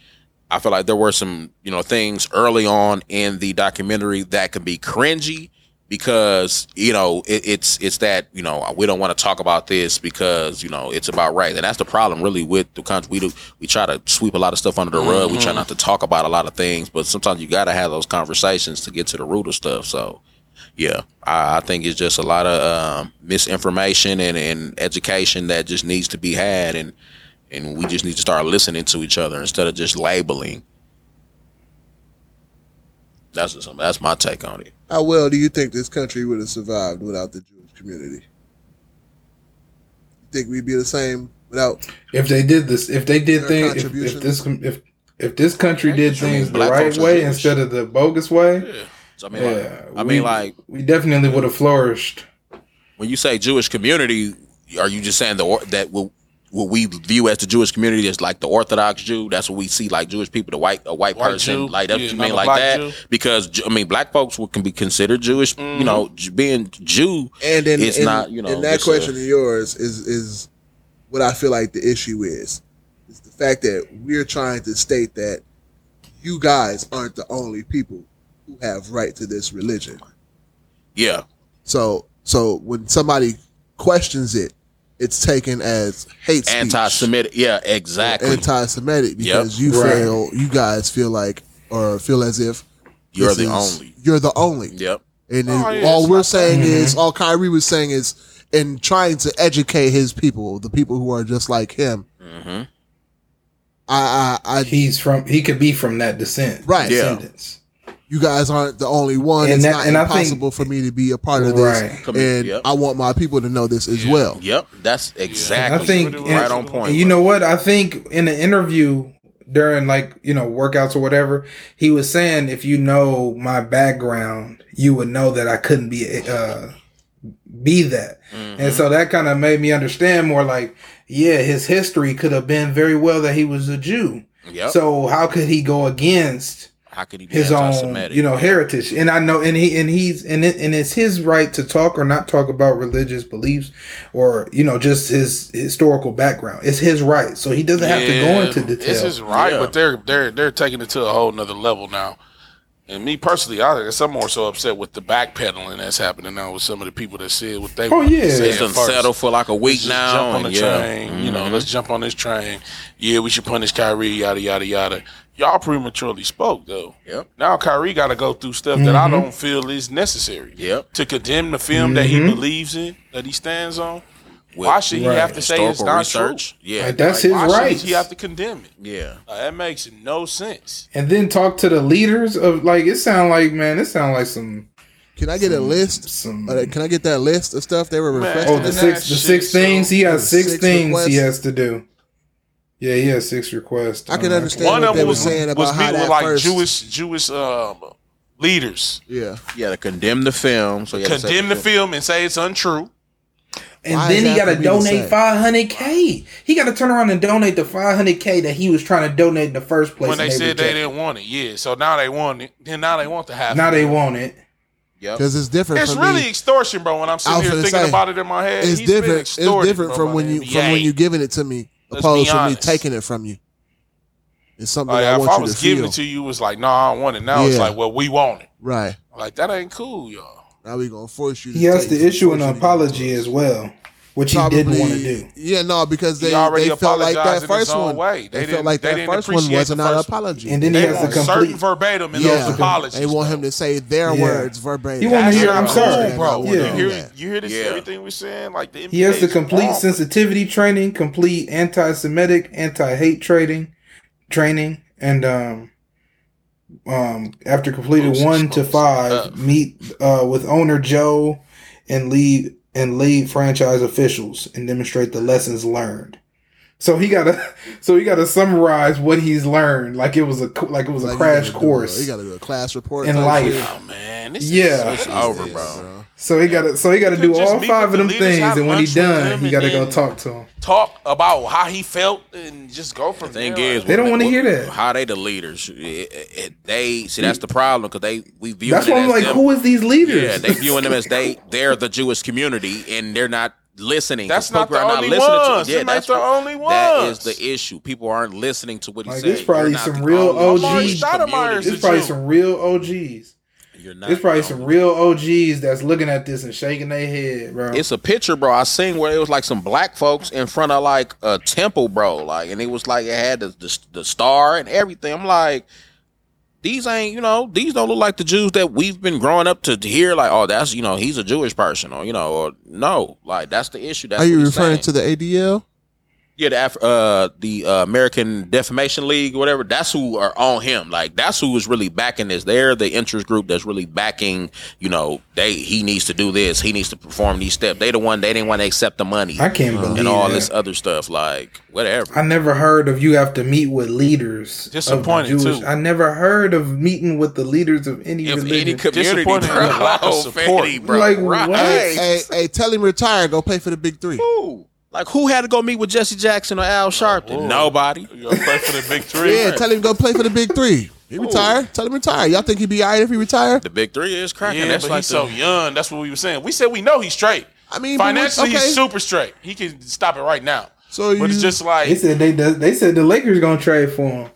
I feel like there were some, you know, things early on in the documentary that can be cringy because, you know, it, it's it's that, you know, we don't want to talk about this because, you know, it's about right. And that's the problem really with the country. We do we try to sweep a lot of stuff under the rug. We try not to talk about a lot of things, but sometimes you gotta have those conversations to get to the root of stuff. So yeah, I, I think it's just a lot of um, misinformation and, and education that just needs to be had, and and we just need to start listening to each other instead of just labeling. That's just, that's my take on it.
How well do you think this country would have survived without the Jewish community? You think we'd be the same without?
If they did this, if they did
Their
things, if,
contribution.
if this, com- if if this country did things the
Black
right
folks are
way
Jewish.
instead of the bogus way,
So I mean,
yeah,
like, I
we-
mean, like
we definitely would have flourished.
when you say Jewish community, are you just saying the or- that will what we view as the Jewish community is like the Orthodox Jew? That's what we see, like Jewish people, the white a white,
White
person,
Jew?
like that's
Yeah,
what you
not
mean
a
like
black
that?
Jew. Mm-hmm.
Because Ju- I mean, black folks would- can be considered Jewish. You know, J- being Jew,
And in,
it's
in,
not you know
in that
it's a-
question of yours is is what I feel like the issue is is the fact that we're trying to state that you guys aren't the only people who have right to this religion.
yeah,
So so when somebody questions it, it's taken as hate speech.
anti-Semitic. Yeah, exactly.
anti-Semitic because you
Right.
feel you guys feel like or feel as if
You're
this
the
is-
only.
you're the only
Yep.
and
Oh,
it-
yeah,
all
it's
we're
not
saying
Mm-hmm.
is all Kyrie was saying is in trying to educate his people the people who are just like him
Mm-hmm.
I I, I
He's from. He could be from that descent.
Right.
Yeah.
Descendants.
you guys aren't the only one
And
it's
that-
not
and I think-
impossible for me to be a part of
Right.
this
Come here,
and
yep.
I want my people to know this as well
Yep. That's exactly.
I think-
right on point.
And you know what? I think in an interview during like, you know, workouts or whatever, he was saying if you know my background, you would know that I couldn't be uh be that.
Mm-hmm.
And so that kind of made me understand more like, yeah, his history could have been very well that he was a Jew.
Yep.
So how could he go against
How could he be
his own
anti-Semitic?
you know heritage and i know and he and he's and it, and it's his right to talk or not talk about religious beliefs or you know just his historical background it's his right so he doesn't have to go into
This
detail
is right,
Yeah.
but they're they're they're taking it to a whole nother level now. And me personally, I guess I'm more so upset with the backpedaling that's happening now with some of the people that said what they
Oh,
wanted to
yeah.
say
It's
at
done
first.
settled for like a week
Let's just
now.
Jump
and
on the
yeah. Mm-hmm.
train, you know. Let's jump on this train. Yeah, we should punish Kyrie. Yada yada yada. Y'all prematurely spoke though.
Yep.
Now Kyrie got to go through stuff that
Mm-hmm.
I don't feel is necessary.
Yep.
To condemn the film that
Mm-hmm.
he believes in, that he stands on.
With
why should
Right.
he have to say it's
historical
not
research.
true?
Yeah.
Like, that's his
Why should
right
he have to condemn it?
yeah.
Like, that makes no sense.
and then talk to the leaders of like it sound like man it sound like some
can I
Mm-hmm.
get a list
some
Uh, can I get that list of stuff they were
Man.
requesting
oh the
Nah,
six the
shit,
six
so-
things he has six,
Six
things he
requests.
has to do yeah he has six requests
I can
Um,
understand
One
what
of
they
them
were
was,
saying about
was
how
people
that
like
first-
Jewish Jewish um, leaders
yeah
Yeah. To condemn the film. So yeah.
condemn the film and say it's untrue.
And
Why
then
is
he
that
got to
for me to
donate
say?
500k. He got to turn around and donate the 500k that he was trying to donate in the first place.
when they
and
said they
rejected it.
didn't want it. Yeah, so now they want it. Then now they want the half.
now they want it.
Yep.
because it's different
It's
for
really
me.
extortion, bro. When I'm sitting
I was
here
finna
thinking
say,
about it in my head,
it's
he's been
different. It's
extorted,
different
bro,
from
by
when
the
you
NBA.
from when you giving it to me,
Let's
opposed
be
from me
honest.
taking it from you. It's something
Like,
I
if I
want you
was
to
giving
feel.
it to you, it was like, no, nah, I don't want it. Now it's
Yeah.
like, well, we want it.
Right
Like that ain't cool, y'all.
now, we gonna force you. To
He has
take
to
it,
issue an
force you to give it to
apology
us.
as well.
which
probably
he didn't want to do.
Yeah, no, because they,
He already
they felt like
apologized
that
in
first
his own
one.
way. They
They, felt
didn't-
like
they
that
didn't
first one
appreciate
wasn't
the
an
first-
apology.
And then he
They
has
want
the
certain
complete.
verbatim in
yeah,
those apologies.
they want
though.
him to say their
Yeah.
words verbatim.
He wanna
That's
hear,
not
"I'm
cool,
sorry."
bro.
Yeah.
You hear, you hear this?
Yeah.
Everything we're saying, like the NBA
He has the
is
complete
wrong.
sensitivity training, complete anti-Semitic, anti-hate training, training, and um, um, after completed
Close,
one to
close.
five,
Uh.
meet uh, with owner Joe and lead and lead franchise officials and demonstrate the lessons learned. So he gotta, so he gotta summarize what he's learned, like it was a co- like it was a
Like, you
crash
gotta do a-
course.
you got to do a class report
in
type
life.
shit.
Oh man, this
Yeah.
is, this is
What is
over,
this,
bro.
so he gotta, so he gotta
You
do
could just
all
meet
five
with
of them
the leaders,
things,
have
and when he
lunch with
done,
them,
he
and
gotta go
then-
talk to him.
Talk about how he felt and just go from
Thing
there.
is,
like,
They don't
when-
wanna hear that.
How they the leaders? It- it- it- they see that's the problem because they we view
That's
it
why
as
I'm like,
them-
who is these leaders?
Yeah, they viewing them as they they're the Jewish community and they're not listening. 'Cause
That's not
people
the
are
only
listening to-
ones. Them ain't the
what-
only
That is
ones.
the issue. People aren't listening to what he
Like,
said.
it's probably
You're not
some
the
real
only
OG.
Jewish
Stoudemire
community.
is
There's
a
probably
Jew.
some real OGs.
You're not
There's probably
the
some
only-
real OGs that's looking at this and shaking their head, bro.
It's a picture, bro. I seen where it was like some black folks in front of like a temple, bro. Like, and it was like it had the the, the star and everything. I'm like, these ain't you know these don't look like the Jews that we've been growing up to hear. Like, oh, that's you know he's a Jewish person, or you know, or no, like that's the issue. That's
Are you
what he's
referring
saying.
to the ADL?
Yeah, the Af- uh, the uh, American Defamation League, whatever. That's who are on him. Like that's who is really backing this. They're the interest group that's really backing. You know, they he needs to do this. He needs to perform these steps. They the one they didn't want to accept the money
I can't believe
and all
that.
this other stuff. Like whatever.
I never heard of you have to meet with leaders. of the
Disappointed,
Jewish-
too.
I never heard of meeting with the leaders of any
If
religion.
any community, bro,
Disappointed in the lack of support.
Fanny, bro,
Like,
right.
what?
Hey, hey, hey, tell him retire. Go play for the big three.
Who? Like who had to go meet with Jesse Jackson or Al Sharpton?
Oh, Lord.
Nobody.
You gonna play for the big three?
Yeah, tell him go play for the big three. He retire. Tell him retire. Y'all think he'd be all right if he retire?
The big three is cracking.
Yeah,
that's
but
like
he's
the-
so young. That's what we were saying. We said we know he's straight.
I mean, but we-
financially,
okay.
he's super straight. He can stop it right now.
So
but
you-
it's just like
they said they they said the Lakers gonna trade for him.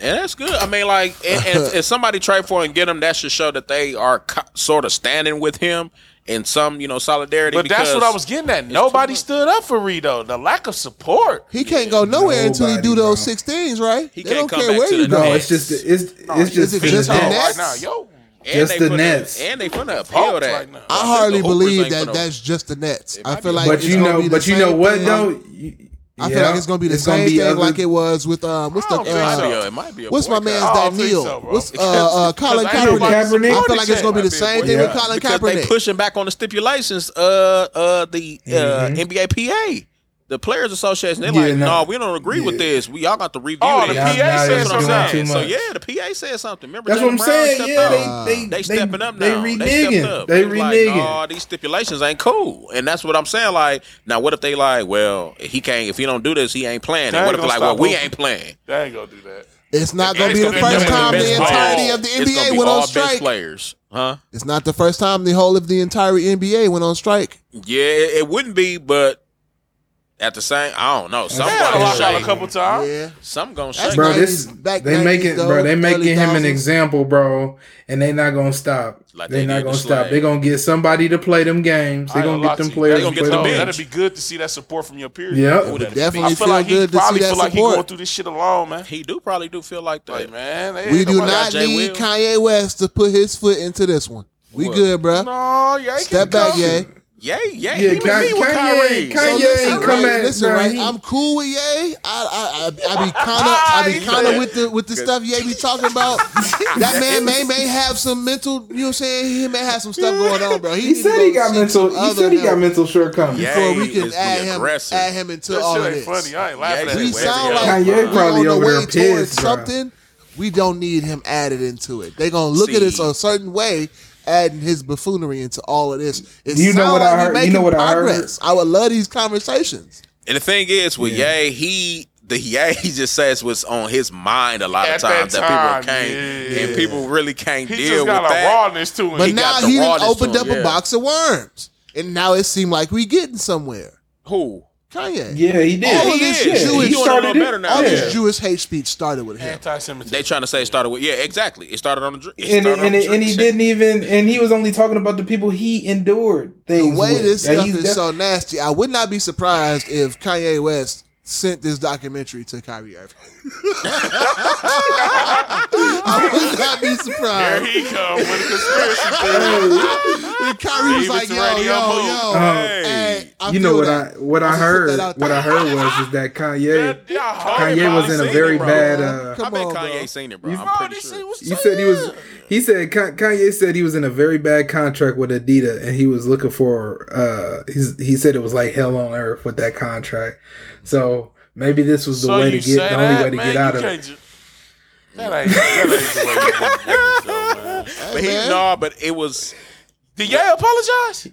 And that's good. I mean, like, and, and if somebody trade for and get him, that should show that they are co- sort of standing with him in some, you know, solidarity.
But that's
because
what I was getting at. Nobody
too much.
stood up for Rito. The lack of support.
He can't go nowhere until he do
Nobody,
those
bro.
six things, right?
He
they
can't
don't
come
care
back
where
to
you
the
go.
No,
Nets.
It's
it's just it's it's
is
just
it just the
finna
Right
happen.
Oh,
Nets?
now, yo,
And
just
they
the
finna-
Nets.
and they finna appeal
Pulse
that.
right now.
I
I
think the
hardly
Hoopers
believe
ain't
that
finna-
that's just the Nets. I
might
feel
be.
like
But
it's
you
gonna
know,
be the
but you know
same
what
thing.
though. You-
I feel
yeah,
like it's gonna be the
gonna
same
be
thing
other-
like it was with um what's the
I don't think
uh,
so.
Might be a- it might be a
what's my
boycott.
man's
I
that
don't think
Neil?
so, bro.
what's uh, uh Colin
Because ain't
Kaepernick?
nobody
I feel
supporting
like it's
it.
gonna be the
Might be a
same thing with
boycott.
Colin
because they
Kaepernick.
pushing back on the stipulations. Uh, uh, the uh, NBAPA, the Players Association, they're
Mm-hmm. Yeah,
like, no,
no.
we don't agree with
Yeah.
this. We y'all got to review
Oh,
it.
the
Yeah,
PA
now
said
it's
something.
doing too
so
much.
yeah, the PA said something. Remember,
That's what I'm
Jalen Brown
saying.
stepped out?
Yeah, they they
They stepping up now.
They
stepped
reneging.
up.
They
It was like,
reneging.
nah, these stipulations ain't cool, and that's what I'm saying. Like, now what if they like? Well, he can't. If he don't do this, he ain't playing.
They
And what if
ain't
they like?
gonna
Well,
stop
we
moving.
ain't playing.
they ain't gonna do that.
It's not gonna
It's
be the
gonna be
first
them
time
and
the
the best
entirety
players.
of the
It's gonna
NBA
be
went
all
on
best
strike.
Players, huh?
It's not the first time the whole of the entire NBA went on strike.
Yeah, it, it wouldn't be, but at the same, I don't know. Some
They had a
gonna
lockout a
shake.
couple times.
Yeah.
Some gonna
That's
shake.
bro,
90s,
this
back
they
90s
making
though,
bro, they making
early
him an
2000s.
example, bro, and they not gonna stop.
Like
they
they
not
did
gonna
the
stop.
slave.
They gonna get somebody to play them games. They
I ain't
gonna
lie
get
to
them
you.
players
They
to
gonna
play
get
them
the
Oh,
bench.
games.
That'd be good to see that support from your peers.
Ooh,
Yep.
that'd be
Definitely
I
big.
feel
feel
like he
good to see
probably
that
feel like he
support.
going through this shit alone, man.
He do probably do feel like that.
Like, man, they
We
ain't
do
nobody-
not
Jay
need
Will.
Kanye West to put his foot into this one. We
What?
good, bruh.
No, yeah, he
Step
can
back,
come.
yay.
Yay, yay.
Yeah,
He was
Ka-
me with
Kanye-
Kyrie.
Kanye-
So
Kanye
listen,
ain't come
right,
at-
listen,
bro,
right.
he-
I'm cool with Ye. I I I, I be kind of I be
Ah, He
kind of
said-
with the with the stuff Ye be talking about. That man may may have some mental. You know what I'm saying? He may have some stuff going on, bro.
He
need to
said
go
he got
seek
mental.
some
He
other
said he got
help
mental shortcomings.
Yeah.
Before we
Ye
can
is the
add him
aggressive.
add him into
That
all
shit
of
ain't
this.
funny. I ain't laughing
Yeah,
at
he
We
it.
Where
sound
we at?
like
Kanye
we're on
probably
the
over
way
there
towards
pissed, bro.
something. We don't need him added into it. They're gonna look at
See.
it a certain way, adding his buffoonery into all of this. It
You know
sound
what I
like he
heard- you
making
know what I heard?
progress. I would love these conversations.
And the thing is, with
Yeah.
Ye, he the Ye he just says what's on his mind a lot
At
of times
that
that,
time,
people can't
yeah.
and people really can't
He
deal with
just got a
that.
rawness to him.
But
He
now
got the
he done
rawness to
opened
him,
up
yeah.
a box of worms, and now it seemed like we getting somewhere.
Who?
Kanye.
Yeah, he did.
Oh,
he
yeah.
did.
He doing a little
started it.
better now.
All
Yeah.
this Jewish hate speech started with him.
Anti-Semitism.
They trying to say it started with yeah, exactly. It started on the drink.
and it- and, it- and he didn't even and he was only talking about the people he endured
The
things
way
with.
this
Like,
stuff
he's
is
def-
so nasty, I would not be surprised if Kanye West sent this documentary to Kyrie Irving. I would not be
There
surprised.
he come with a conspiracy theory.
If Kyrie was
Leave
like,
it to
yo, yo,
Radio Move.
yo,
Oh.
hey, I
you
feel
know what
that.
I what I
just put that
heard
out
what
there.
I heard was is that Kanye
That- y'all hard
Kanye was
about
in
singing,
a very
bro.
bad uh,
I
Come
bet
on,
Kanye
bro.
seen it, bro.
You-
I'm
Oh,
pretty
this
sure.
shit was
He
so
said he was.
good.
He said Ka- Kanye said he was in a very bad contract with Adidas, and he was looking for. uh he's, He said it was like hell on earth with that contract. So maybe this was the
So
way
you
to
say
get the only
that,
way to
man,
get
you
out of
can't
it.
ju- That ain't, that ain't the way you do it, man.
But he no, but it was
Did Yale apologize?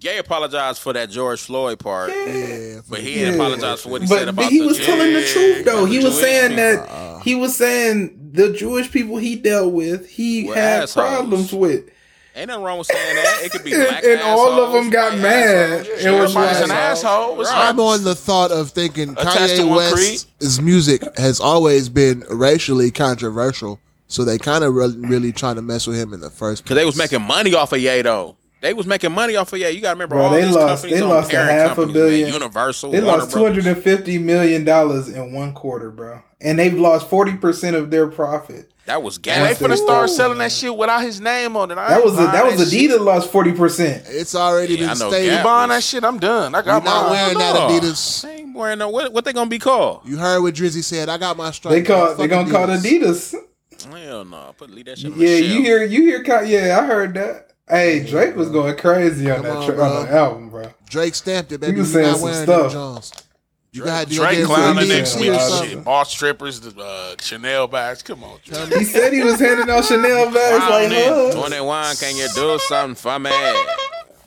Gay apologized for that George Floyd part,
Yeah,
but he didn't
Yeah.
apologize for what he said
But,
about
but he
the
was
Jew-
telling the truth though. He was
Jewish
saying that he was saying the Jewish people he dealt with, he
Were
had
assholes.
problems with,
Ain't nothing wrong with saying that. It could be
and,
black
and all of
assholes,
them got
white
mad.
assholes.
and was
Everybody's
like,
an asshole. What's
Right.
up?
I'm on the thought of thinking
Attached to
Kanye
one creed?
West's music has always been racially controversial, so they kind of re- really trying to mess with him in the first
Cause
place.
they was making money off of Ye though. They was making money off of Ye. You gotta remember
Bro,
all
they
these
lost-
companies
they
on
lost a
parent
half a
companies,
billion.
Man, Universal.
They
Warner
lost two
Brothers.
hundred and fifty million dollars in one quarter, bro, and they've lost forty percent of their profit.
That was
And they
gas.
finna start selling that shit without his name on it. I
That
ain't
was a, that
buying
was Adidas
shit.
lost forty percent.
It's already
Yeah, I
been
know
stated.
Gap.
Buying that shit, I'm done. I
You're
got
not
mine.
wearing that
No.
Adidas.
They ain't wearing no what, what they gonna be called?
You heard what Drizzy said. I got my strike.
They call they
Fuck
gonna call it Adidas.
Hell no. Put leave that shit on the
Yeah,
shelf.
you hear you hear Ka- yeah, I heard that. Hey, Drake was going crazy on
Come
that
on,
tr-
bro.
on the album, bro.
Drake stamped it, baby.
You was
You're
saying
not
some
wearing them
stuff.
Jones. You got to
Drake
get
clown the
Adidas
next
or
week.
something.
Shit, all strippers, the, uh, Chanel bags. Come on, Drake.
He said he was handing out Chanel bags
Clown
like
it.
huh?
21, can you do something for me?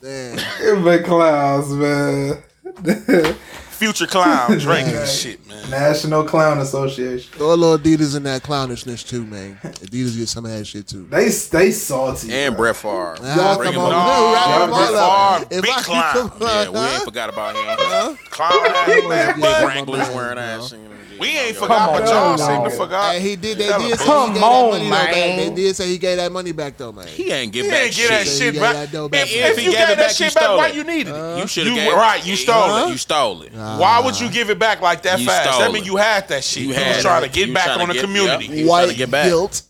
Damn.
But clowns, man.
Future clown, Drake and shit, man.
National Clown Association.
Throw a little Adidas in that clownishness too, man. Adidas get some of that shit too.
They they salty.
And
bro.
Brett Favre.
Nah,
Bring
come
him
on,
on.
we'll wrap
Y'all
them all
just
up.
are
If
big
I could
clown.
come
Yeah,
on,
we ain't
huh?
forgot about him.
Clown ass.
Yeah,
Big
yeah,
Wranglers
yeah.
wearing ass.
We ain't forgot, but y'all
on,
seem
dog.
to forgot.
And he did. They
Tell him,
did. Say
come
he gave that money
on,
though, back. They
man.
did say he gave that money back though, man.
He ain't give
You
back
ain't get that
shit.
shit
Yeah,
back.
that dough back.
If,
Yeah,
if
he
you
gave it
gave
back,
that
you
shit back,
stole
why
it. Uh,
you needed it?
You should have
you-
gave
right, you stole it.
You stole it.
Why would you give it back like that
You
fast? That
stole
mean
it.
you had that shit.
You
You,
had
was trying
it.
to get
You
back
trying
on
to
the
get-
community.
yep. He was trying to
White
get back.
guilt.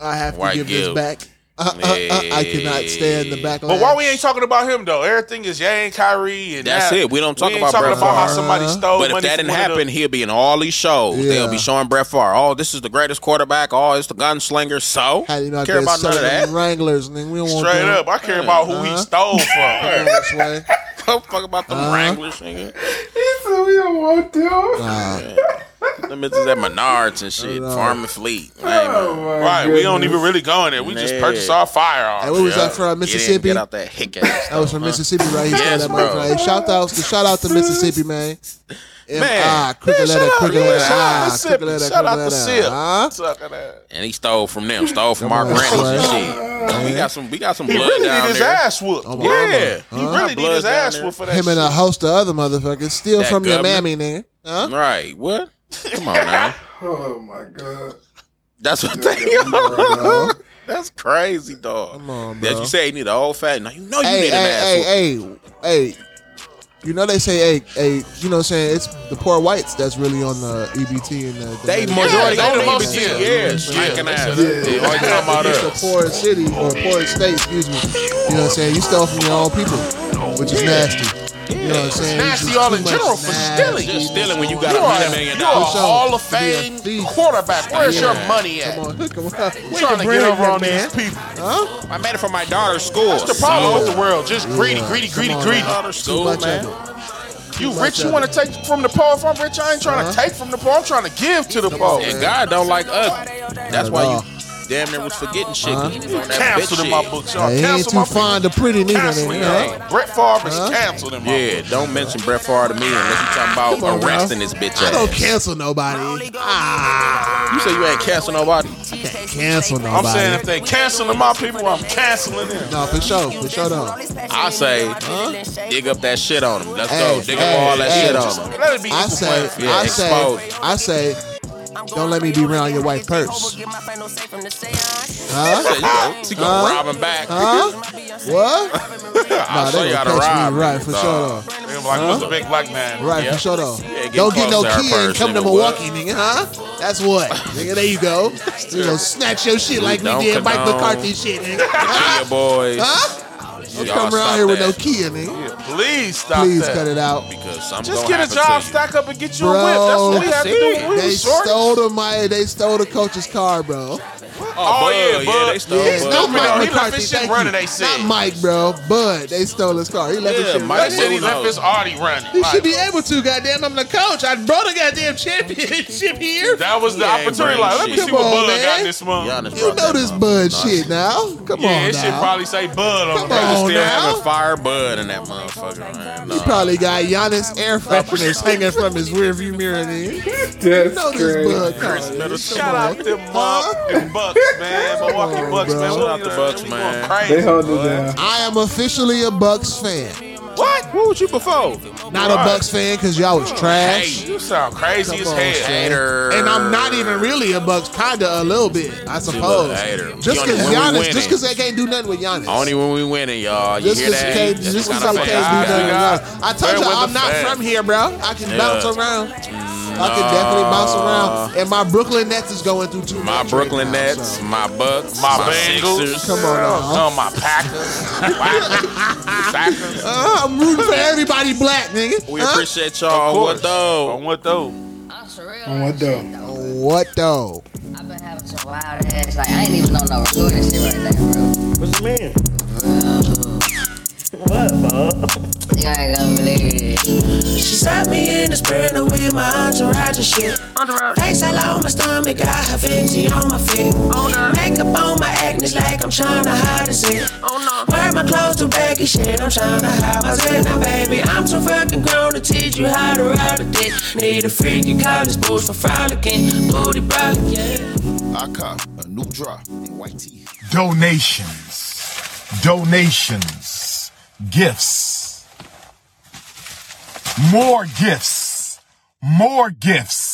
I have
White
to give
guilt.
this back. Uh, uh, uh, I cannot stand the back.
But why we ain't talking about him though? Everything is Yang, Kyrie, and
That's
that.
it. We don't talk
ain't
about
talking
Brett
about how
Favre.
somebody stole
But if
money
that
from
didn't
one of the-
happen, he'll be in all these shows. They'll be
Yeah.
showing Brett Favre, oh, this is the greatest quarterback. Oh, it's the gunslinger. So,
How you know
care about none of that.
Wranglers, nigga. We don't want
Straight
them.
up, I
uh-huh.
care about who he stole from.
That's why.
Don't fuck about them Wranglers, nigga.
He said we don't want to.
Uh,
Them bitches at Menards and shit. Farm and Fleet. Hey,
Oh,
man.
my
right, we don't
goodness.
even really go in there. We just
Yeah.
purchased our firearms.
Hey, what was
Yeah.
that from?
Get in,
Mississippi?
Get out that hick ass.
that was from Mississippi, right? He
Uh-huh. Yes,
stole that
bro.
money. Hey, shout out, shout out to Mississippi, man. M.I. Crooked letter,
Yeah, shout out-
crooked
yeah,
letter,
shout out
ah,
to
crooked
Sippy.
letter,
Shout
crooked
out to
letter.
Sip.
Huh?
Sucking ass.
and he stole from them. Stole from our grannies and shit. We got some. We got some
He
blood
really
down
need his
there.
ass whooped.
Oh, my
yeah,
mama.
he
Huh?
really need
Blood
his
down
ass
there.
whooped for that
Him
shit.
and a host of other motherfuckers, still
That
from your
governor.
mammy, nigga. Huh?
Right? What? Come on now.
Oh my god.
That's what they
Bro.
That's crazy, dog. Come
on,
That
bro.
you say you need an old fat. Now you know you
Hey,
need an ass. whoop.
hey, hey, hey, hey. You know they say, hey, hey. You know what I'm saying? It's the poor whites that's really on the EBT and the. the
They
Medicaid.
majority
Yeah,
on
they the
the
most-
EBT.
yeah.
Yeah,
Yeah.
spanking ass.
Yeah.
They always talking about
It's the
us.
poorest city or poorest state, excuse me. You know what I'm saying? You stole from your own people, which is nasty. You know what I'm saying? It's
nasty
just
all
too
in
much
general for
nasty.
stealing.
Just stealing when you got
You
a
are,
hundred
you
million
are a
dollars.
Hall of
Who's your-
Fame
be a thief.
quarterback. Where's
Yeah.
your money at?
Come on, hook 'em up.
We're trying to get
bring
over
that
on
man.
these people.
Huh?
I made it for my daughter's school.
That's the problem with the world. Just greedy,
Yeah,
greedy,
come
greedy,
on,
greedy.
man.
Daughter's
Too
school,
much
man.
of it.
You
much
rich, you
of
want to take from the poor. If I'm rich, I ain't trying to take from the poor. I'm trying to give to the poor.
And God don't like us. That's
Not
why
at all.
you damn near was forgetting shit.
Uh-huh.
He was on that
Canceled
bitch
in my
shit.
book, y'all.
They ain't
Canceled my
too
book.
fond of pretty neither.
Cancel
Then,
it,
huh?
huh? Brett Favre is canceled in my
Yeah,
book.
don't mention Brett Favre to me unless you talking
Come on,
about
bro.
arresting this bitch
I don't
ass.
cancel nobody. Ah,
You say you ain't cancel nobody.
cancel
I'm
nobody.
saying if they canceling my people, I'm canceling them.
no, for sure, for sure though.
I say, dig up that shit on him. Let's
Hey,
go. Dig
hey,
up all that
hey.
shit on him.
Let it be
I
equal
say,
playing field.
Yeah,
I say,
exposed.
I say, don't let me be around your white purse. Huh?
Say, you know, She gonna
Huh?
rob him back.
Huh?
I'll
What? Nah,
show
they
you how
gonna
to
catch
rob.
me right for
Nah.
sure though.
They were like, who's the big black man?
Right,
Yeah.
for sure though.
Yeah, get
Don't get no
close to her
kid and
purse,
come to
nigga. What?
Milwaukee, nigga, huh? That's what. nigga, there you go. You gonna snatch your shit like we
Don't
did Mike
condone.
McCarthy shit, nigga.
Yeah, boys.
huh? Don't
Y'all
come around
stop
here with
that.
no Kia, nigga.
Please stop
Please
that.
cut it out.
Because something
Just
gonna
get a
happen
job,
to you.
stack up, and get you
Bro,
a whip. That's what we had to do when we
They
was short.
stole the my they stole the coach's car, bro.
Oh,
Bud,
yeah,
yeah,
Bud.
they stole
It's
Bud.
not
He left
Mike
his
McCarthy.
shit
thank
running,
you.
they said.
Not Mike, bro. Bud, they stole his car. He left his
Yeah,
shit
Mike
They
running.
said he
Who knows?
left his Audi running.
He
Like,
should be able to, goddamn. I'm the coach. I brought a goddamn championship here.
that was the
He ain't
opportunity.
bring
Like, let me
shit.
see what
Come on,
Bud got
man.
this month.
Giannis
You
brought
know
that
this
motherfucker.
Bud shit now. Come
yeah,
on
it should
now.
probably say Bud on
Come
it.
They just
on
still
now.
having fire bud in that motherfucker. Man.
He
No.
probably got Giannis air fresheners hanging from his rearview mirror. Then.
That's
Know this
crazy.
Bud
Chris
Collins.
Middleton.
Shout out them, uh, them Bucks, man.
on,
Milwaukee Bucks,
bro.
man.
Shout
We-
out the Bucks,
we
man.
Going
They
crazy.
hold it down.
I am officially a Bucks fan.
What? Who was you before?
Not a Bucks fan because y'all was trash.
Hey, you sound crazy
Come
as
on,
hell.
Shaq.
Hater.
And I'm not even really a Bucks, kinda a little bit, I
little
suppose.
hater. We
Just because
only win when we
Giannis, just
winning.
because they can't do nothing with
Only
Giannis.
when we winning, y'all. You
Just
hear
because
that?
can't,
That's
just
the
'cause
kind
I
of
can't do
fucking
nothing.
guy.
guys.
with Giannis. I told
Fair
you
weather
I'm not
fan.
from here, bro. I can bounce around.
Mm,
I can definitely bounce around. And my Brooklyn Nets is going through too
My
much right
Brooklyn
now, so.
Nets, my Bucks,
My
my,
Bengals.
Sixers.
Come on uh-huh. now.
No, my Packers. Whackers, Sackers.
Uh, I'm rooting for everybody black, nigga.
We
Huh?
appreciate y'all. What
On
though?
what though?
On what though?
What though?
I've been having some wild ass. Like, I ain't even on no recruiting shit right there, bro.
What's the man?
You ain't gonna believe it.
She shot me in the spreader with my entourage and shit. Face all on my stomach, got her 50 on my feet. Makeup on my acne like I'm tryna hide a zit. Wear my clothes too baggy, shit, I'm tryna hide my zit. Now, baby, I'm too fucking grown to teach you how to ride a dick. Need a freaky college boots for frolicking, booty brolic, yeah.
I cop a new drop in white tee.
donations, donations, gifts, more gifts, more gifts.